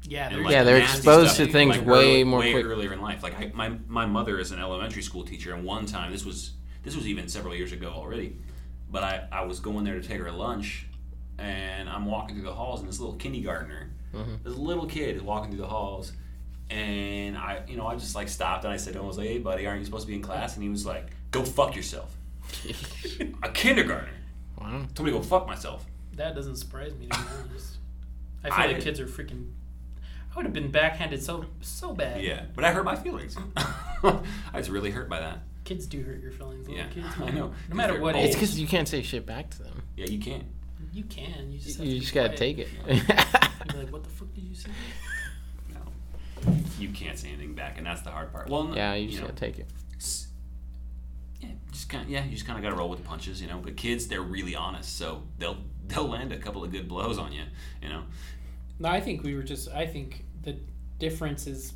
Speaker 3: yeah,
Speaker 2: and,
Speaker 3: there's
Speaker 2: like,
Speaker 1: Yeah, they're
Speaker 2: nasty
Speaker 1: exposed
Speaker 2: stuff,
Speaker 1: to things
Speaker 2: like,
Speaker 1: way
Speaker 2: early-
Speaker 1: more
Speaker 2: way
Speaker 1: quick.
Speaker 2: earlier in life. Like I, my my mother is an elementary school teacher, and one time this was this was even several years ago already. But I I was going there to take her lunch, and I'm walking through the halls, and this little kindergartner,
Speaker 1: Mm-hmm.
Speaker 2: this little kid is walking through the halls, and I you know I just like stopped and I said to him, I was like, hey buddy, aren't you supposed to be in class? And he was like, go fuck yourself. a kindergartner
Speaker 1: wow.
Speaker 2: told me to go fuck myself.
Speaker 3: that doesn't surprise me to be honest. I
Speaker 2: I
Speaker 3: feel like
Speaker 2: did-
Speaker 3: kids are freaking. I would have been backhanded so so bad.
Speaker 2: Yeah, but I hurt my feelings. I was really hurt by that.
Speaker 3: Kids do hurt your feelings. Little
Speaker 2: Yeah,
Speaker 3: kids,
Speaker 2: I
Speaker 3: man.
Speaker 2: know.
Speaker 3: No
Speaker 2: 'Cause
Speaker 3: matter
Speaker 2: they're
Speaker 3: what,
Speaker 2: bold.
Speaker 1: It's
Speaker 3: age,
Speaker 1: because you can't say shit back to them.
Speaker 2: Yeah, you can't.
Speaker 3: you can. You just have
Speaker 1: You
Speaker 3: to
Speaker 1: just
Speaker 3: be
Speaker 1: gotta
Speaker 3: quiet.
Speaker 1: take it.
Speaker 3: You'd be like, what the fuck did you say?
Speaker 2: No. You can't say anything back, and that's the hard part. Well, no,
Speaker 1: yeah, you just
Speaker 2: know,
Speaker 1: gotta take it.
Speaker 2: s- yeah, just kind of, yeah, you just kind of got to roll with the punches, you know. But kids, they're really honest, so they'll they'll land a couple of good blows on you, you know.
Speaker 3: No, I think we were just. I think the difference is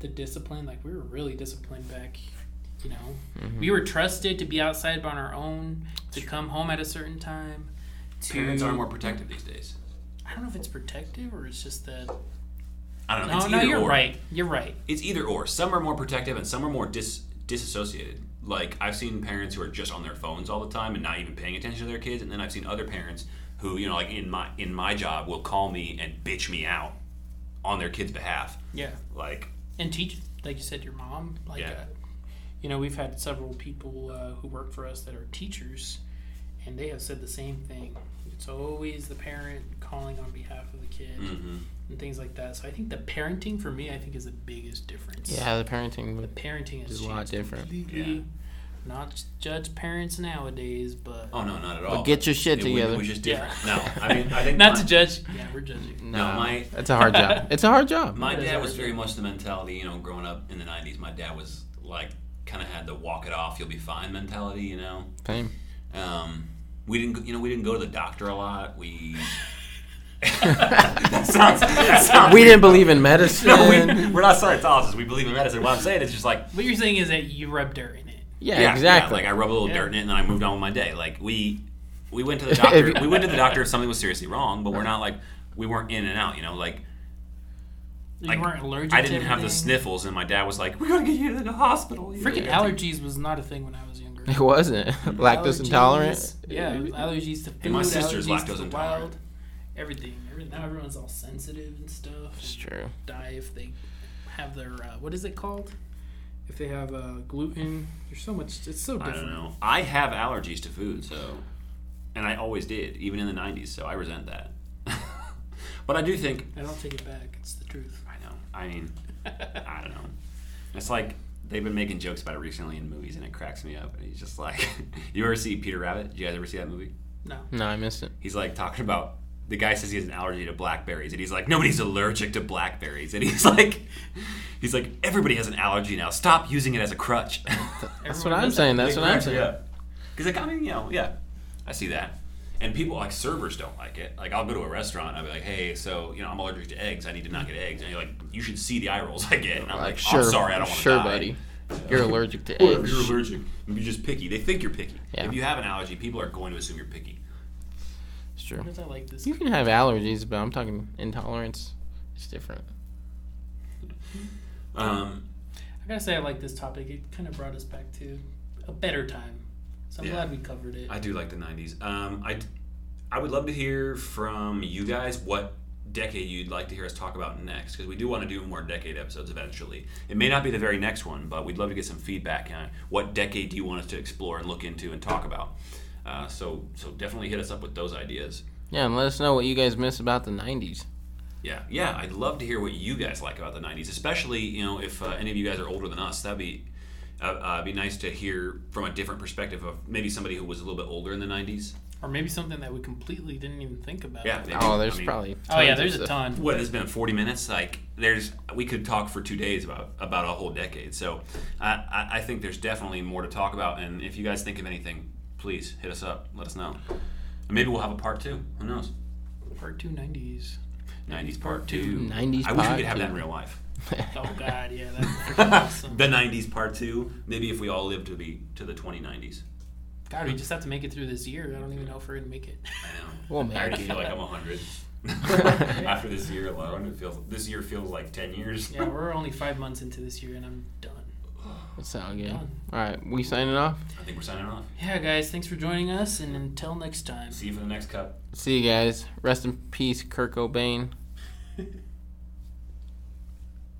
Speaker 3: the discipline. Like we were really disciplined back. You know, we were trusted to be outside on our own, to come home at a certain time. To,
Speaker 2: Parents are more protective these days.
Speaker 3: I don't know if it's protective or it's just that.
Speaker 2: I don't know.
Speaker 3: No,
Speaker 2: it's
Speaker 3: Oh, no,
Speaker 2: either
Speaker 3: you're
Speaker 2: or.
Speaker 3: right. You're right.
Speaker 2: It's either or. Some are more protective, and some are more dis disassociated. Like I've seen parents who are just on their phones all the time and not even paying attention to their kids, and then I've seen other parents who, you know, like in my in my job, will call me and bitch me out on their kids' behalf.
Speaker 3: Yeah,
Speaker 2: Like
Speaker 3: and teach, like you said, your mom. Like,
Speaker 2: Yeah.
Speaker 3: uh, you know, we've had several people uh, who work for us that are teachers, and they have said the same thing. It's always the parent calling on behalf of the kid.
Speaker 2: Mm-hmm.
Speaker 3: and things like that. So I think the parenting for me, I think is the biggest difference.
Speaker 1: Yeah, the parenting
Speaker 3: the
Speaker 1: would
Speaker 3: parenting has
Speaker 1: is a
Speaker 3: changed
Speaker 1: lot different.
Speaker 3: completely.
Speaker 2: Yeah.
Speaker 3: Not to judge parents nowadays, but
Speaker 2: Oh no, not at all.
Speaker 1: But get your shit
Speaker 2: It- we-
Speaker 1: together.
Speaker 2: We just
Speaker 3: Yeah.
Speaker 2: different. No, I mean, I think
Speaker 3: not
Speaker 2: my,
Speaker 3: to judge. Yeah, we're judging.
Speaker 1: No,
Speaker 2: my-
Speaker 1: it's a hard job. It's a hard job.
Speaker 2: My
Speaker 3: That is
Speaker 2: dad was
Speaker 3: hard.
Speaker 2: very much the mentality, you know, growing up in the '90s. My dad was like, kind of had the walk it off, you'll be fine mentality, you know.
Speaker 1: Same.
Speaker 2: Um, we didn't, go- you know, we didn't go to the doctor a lot. We. that sounds. That sounds
Speaker 1: We
Speaker 2: weird.
Speaker 1: didn't believe in medicine.
Speaker 2: No, we, we're not Scientologists. We believe in medicine. What I'm saying is just like.
Speaker 3: What you're saying is that you rub dirt in it.
Speaker 1: yeah,
Speaker 2: yeah,
Speaker 1: exactly.
Speaker 2: like I rub a little
Speaker 3: Yeah.
Speaker 2: dirt in it, and then I moved on with my day. Like we, we went to the doctor.
Speaker 1: If-
Speaker 2: we went to the doctor if something was seriously wrong, but we're not like we weren't in and out. You know, like
Speaker 3: You
Speaker 2: Like,
Speaker 3: weren't allergic.
Speaker 2: I
Speaker 3: to
Speaker 2: didn't have the
Speaker 3: everything.
Speaker 2: sniffles, and my dad was like, "We're gonna get you to the hospital." You know,
Speaker 3: Freaking
Speaker 2: you gotta take-
Speaker 3: allergies was not a thing when I was younger.
Speaker 1: it wasn't lactose
Speaker 3: Allergies,
Speaker 1: intolerant.
Speaker 3: Yeah, allergies to food.
Speaker 2: And my sister's
Speaker 3: allergies to
Speaker 2: lactose
Speaker 3: the
Speaker 2: intolerant.
Speaker 3: wild, Everything. Every- Now everyone's all sensitive and stuff.
Speaker 1: It's true.
Speaker 3: die if they have their uh, what is it called? If they have uh, gluten, there's so much. It's so
Speaker 2: I
Speaker 3: different.
Speaker 2: don't know. I have allergies to food, so, and I always did, even in the '90s. So I resent that. but I do think
Speaker 3: I don't take it back. It's the truth.
Speaker 2: I know. I mean, I don't know. It's like they've been making jokes about it recently in movies, and it cracks me up. And he's just like, "You ever see Peter Rabbit? Did you guys ever see that movie?"
Speaker 3: No.
Speaker 1: No, I missed it.
Speaker 2: he's like talking about the guy says he has an allergy to blackberries and he's like nobody's allergic to blackberries and he's like he's like everybody has an allergy now stop using it as a crutch
Speaker 1: That's
Speaker 3: Everyone
Speaker 1: what I'm
Speaker 3: does
Speaker 1: saying. That's what I'm saying.
Speaker 2: because like i mean you know yeah i see that and people like servers don't like it like i'll go to a restaurant and i'll be like hey so you know i'm allergic to eggs i need to not get eggs and you're like you should see the eye rolls i get and i'm like,
Speaker 1: Like, sure,
Speaker 2: i'm sorry i don't want to
Speaker 1: sure,
Speaker 2: die.
Speaker 1: buddy. You're allergic to
Speaker 2: Or if
Speaker 1: eggs.
Speaker 2: you're allergic you're just picky they think you're picky
Speaker 1: Yeah.
Speaker 2: if you have an allergy people are going to assume you're picky
Speaker 1: It's true.
Speaker 3: Because I like this.
Speaker 1: You can have allergies, but I'm talking intolerance. It's different.
Speaker 2: um,
Speaker 3: I gotta say, I like this topic. It kind of brought us back to a better time. So I'm
Speaker 2: Yeah.
Speaker 3: glad we covered it.
Speaker 2: I do like the '90s. Um, I, I would love to hear from you guys what decade you'd like to hear us talk about next, because we do want to do more decade episodes eventually. It may not be the very next one, but we'd love to get some feedback on what decade do you want us to explore and look into and talk about. Uh, so, so definitely hit us up with those ideas.
Speaker 1: Yeah, and let us know what you guys miss about the '90s.
Speaker 2: Yeah, yeah, I'd love to hear what you guys like about the '90s, especially you know if uh, any of you guys are older than us. That'd be uh, uh, it'd be nice to hear from a different perspective of maybe somebody who was a little bit older in the '90s.
Speaker 3: or maybe something that we completely didn't even think about.
Speaker 2: Yeah. they do.
Speaker 1: Oh, there's
Speaker 2: I mean,
Speaker 1: probably.
Speaker 3: Oh yeah,
Speaker 1: tons
Speaker 3: there's
Speaker 1: of
Speaker 3: a
Speaker 1: stuff.
Speaker 3: ton.
Speaker 2: What has been 40 minutes? Like, there's we could talk for two days about about a whole decade. So, I I, I think there's definitely more to talk about. And if you guys think of anything, please hit us up. Let us know. And maybe we'll have a part two. Who knows?
Speaker 3: Part two nineties.
Speaker 2: 90s part two.
Speaker 1: 90s
Speaker 2: I wish we
Speaker 1: part
Speaker 2: could have that in
Speaker 1: two.
Speaker 2: real life.
Speaker 3: Oh god, yeah, that's awesome.
Speaker 2: The 90s part two. Maybe if we all lived to the to the 2090s.
Speaker 3: God, we just have to make it through this year. I don't even know if we're gonna make it.
Speaker 2: I know.
Speaker 1: We'll
Speaker 2: I
Speaker 1: make
Speaker 2: already
Speaker 1: it.
Speaker 2: feel like I'm 100. After this year alone, it feels this year feels like 10 years.
Speaker 3: Yeah, we're only five months into this year, and I'm done.
Speaker 1: It's all good. All
Speaker 3: Done.
Speaker 1: right, we signing off.
Speaker 2: I think we're signing off.
Speaker 3: Yeah, guys, thanks for joining us, and until next time.
Speaker 2: See you for the next cup.
Speaker 1: See you guys. Rest in peace, Kirk Cobain.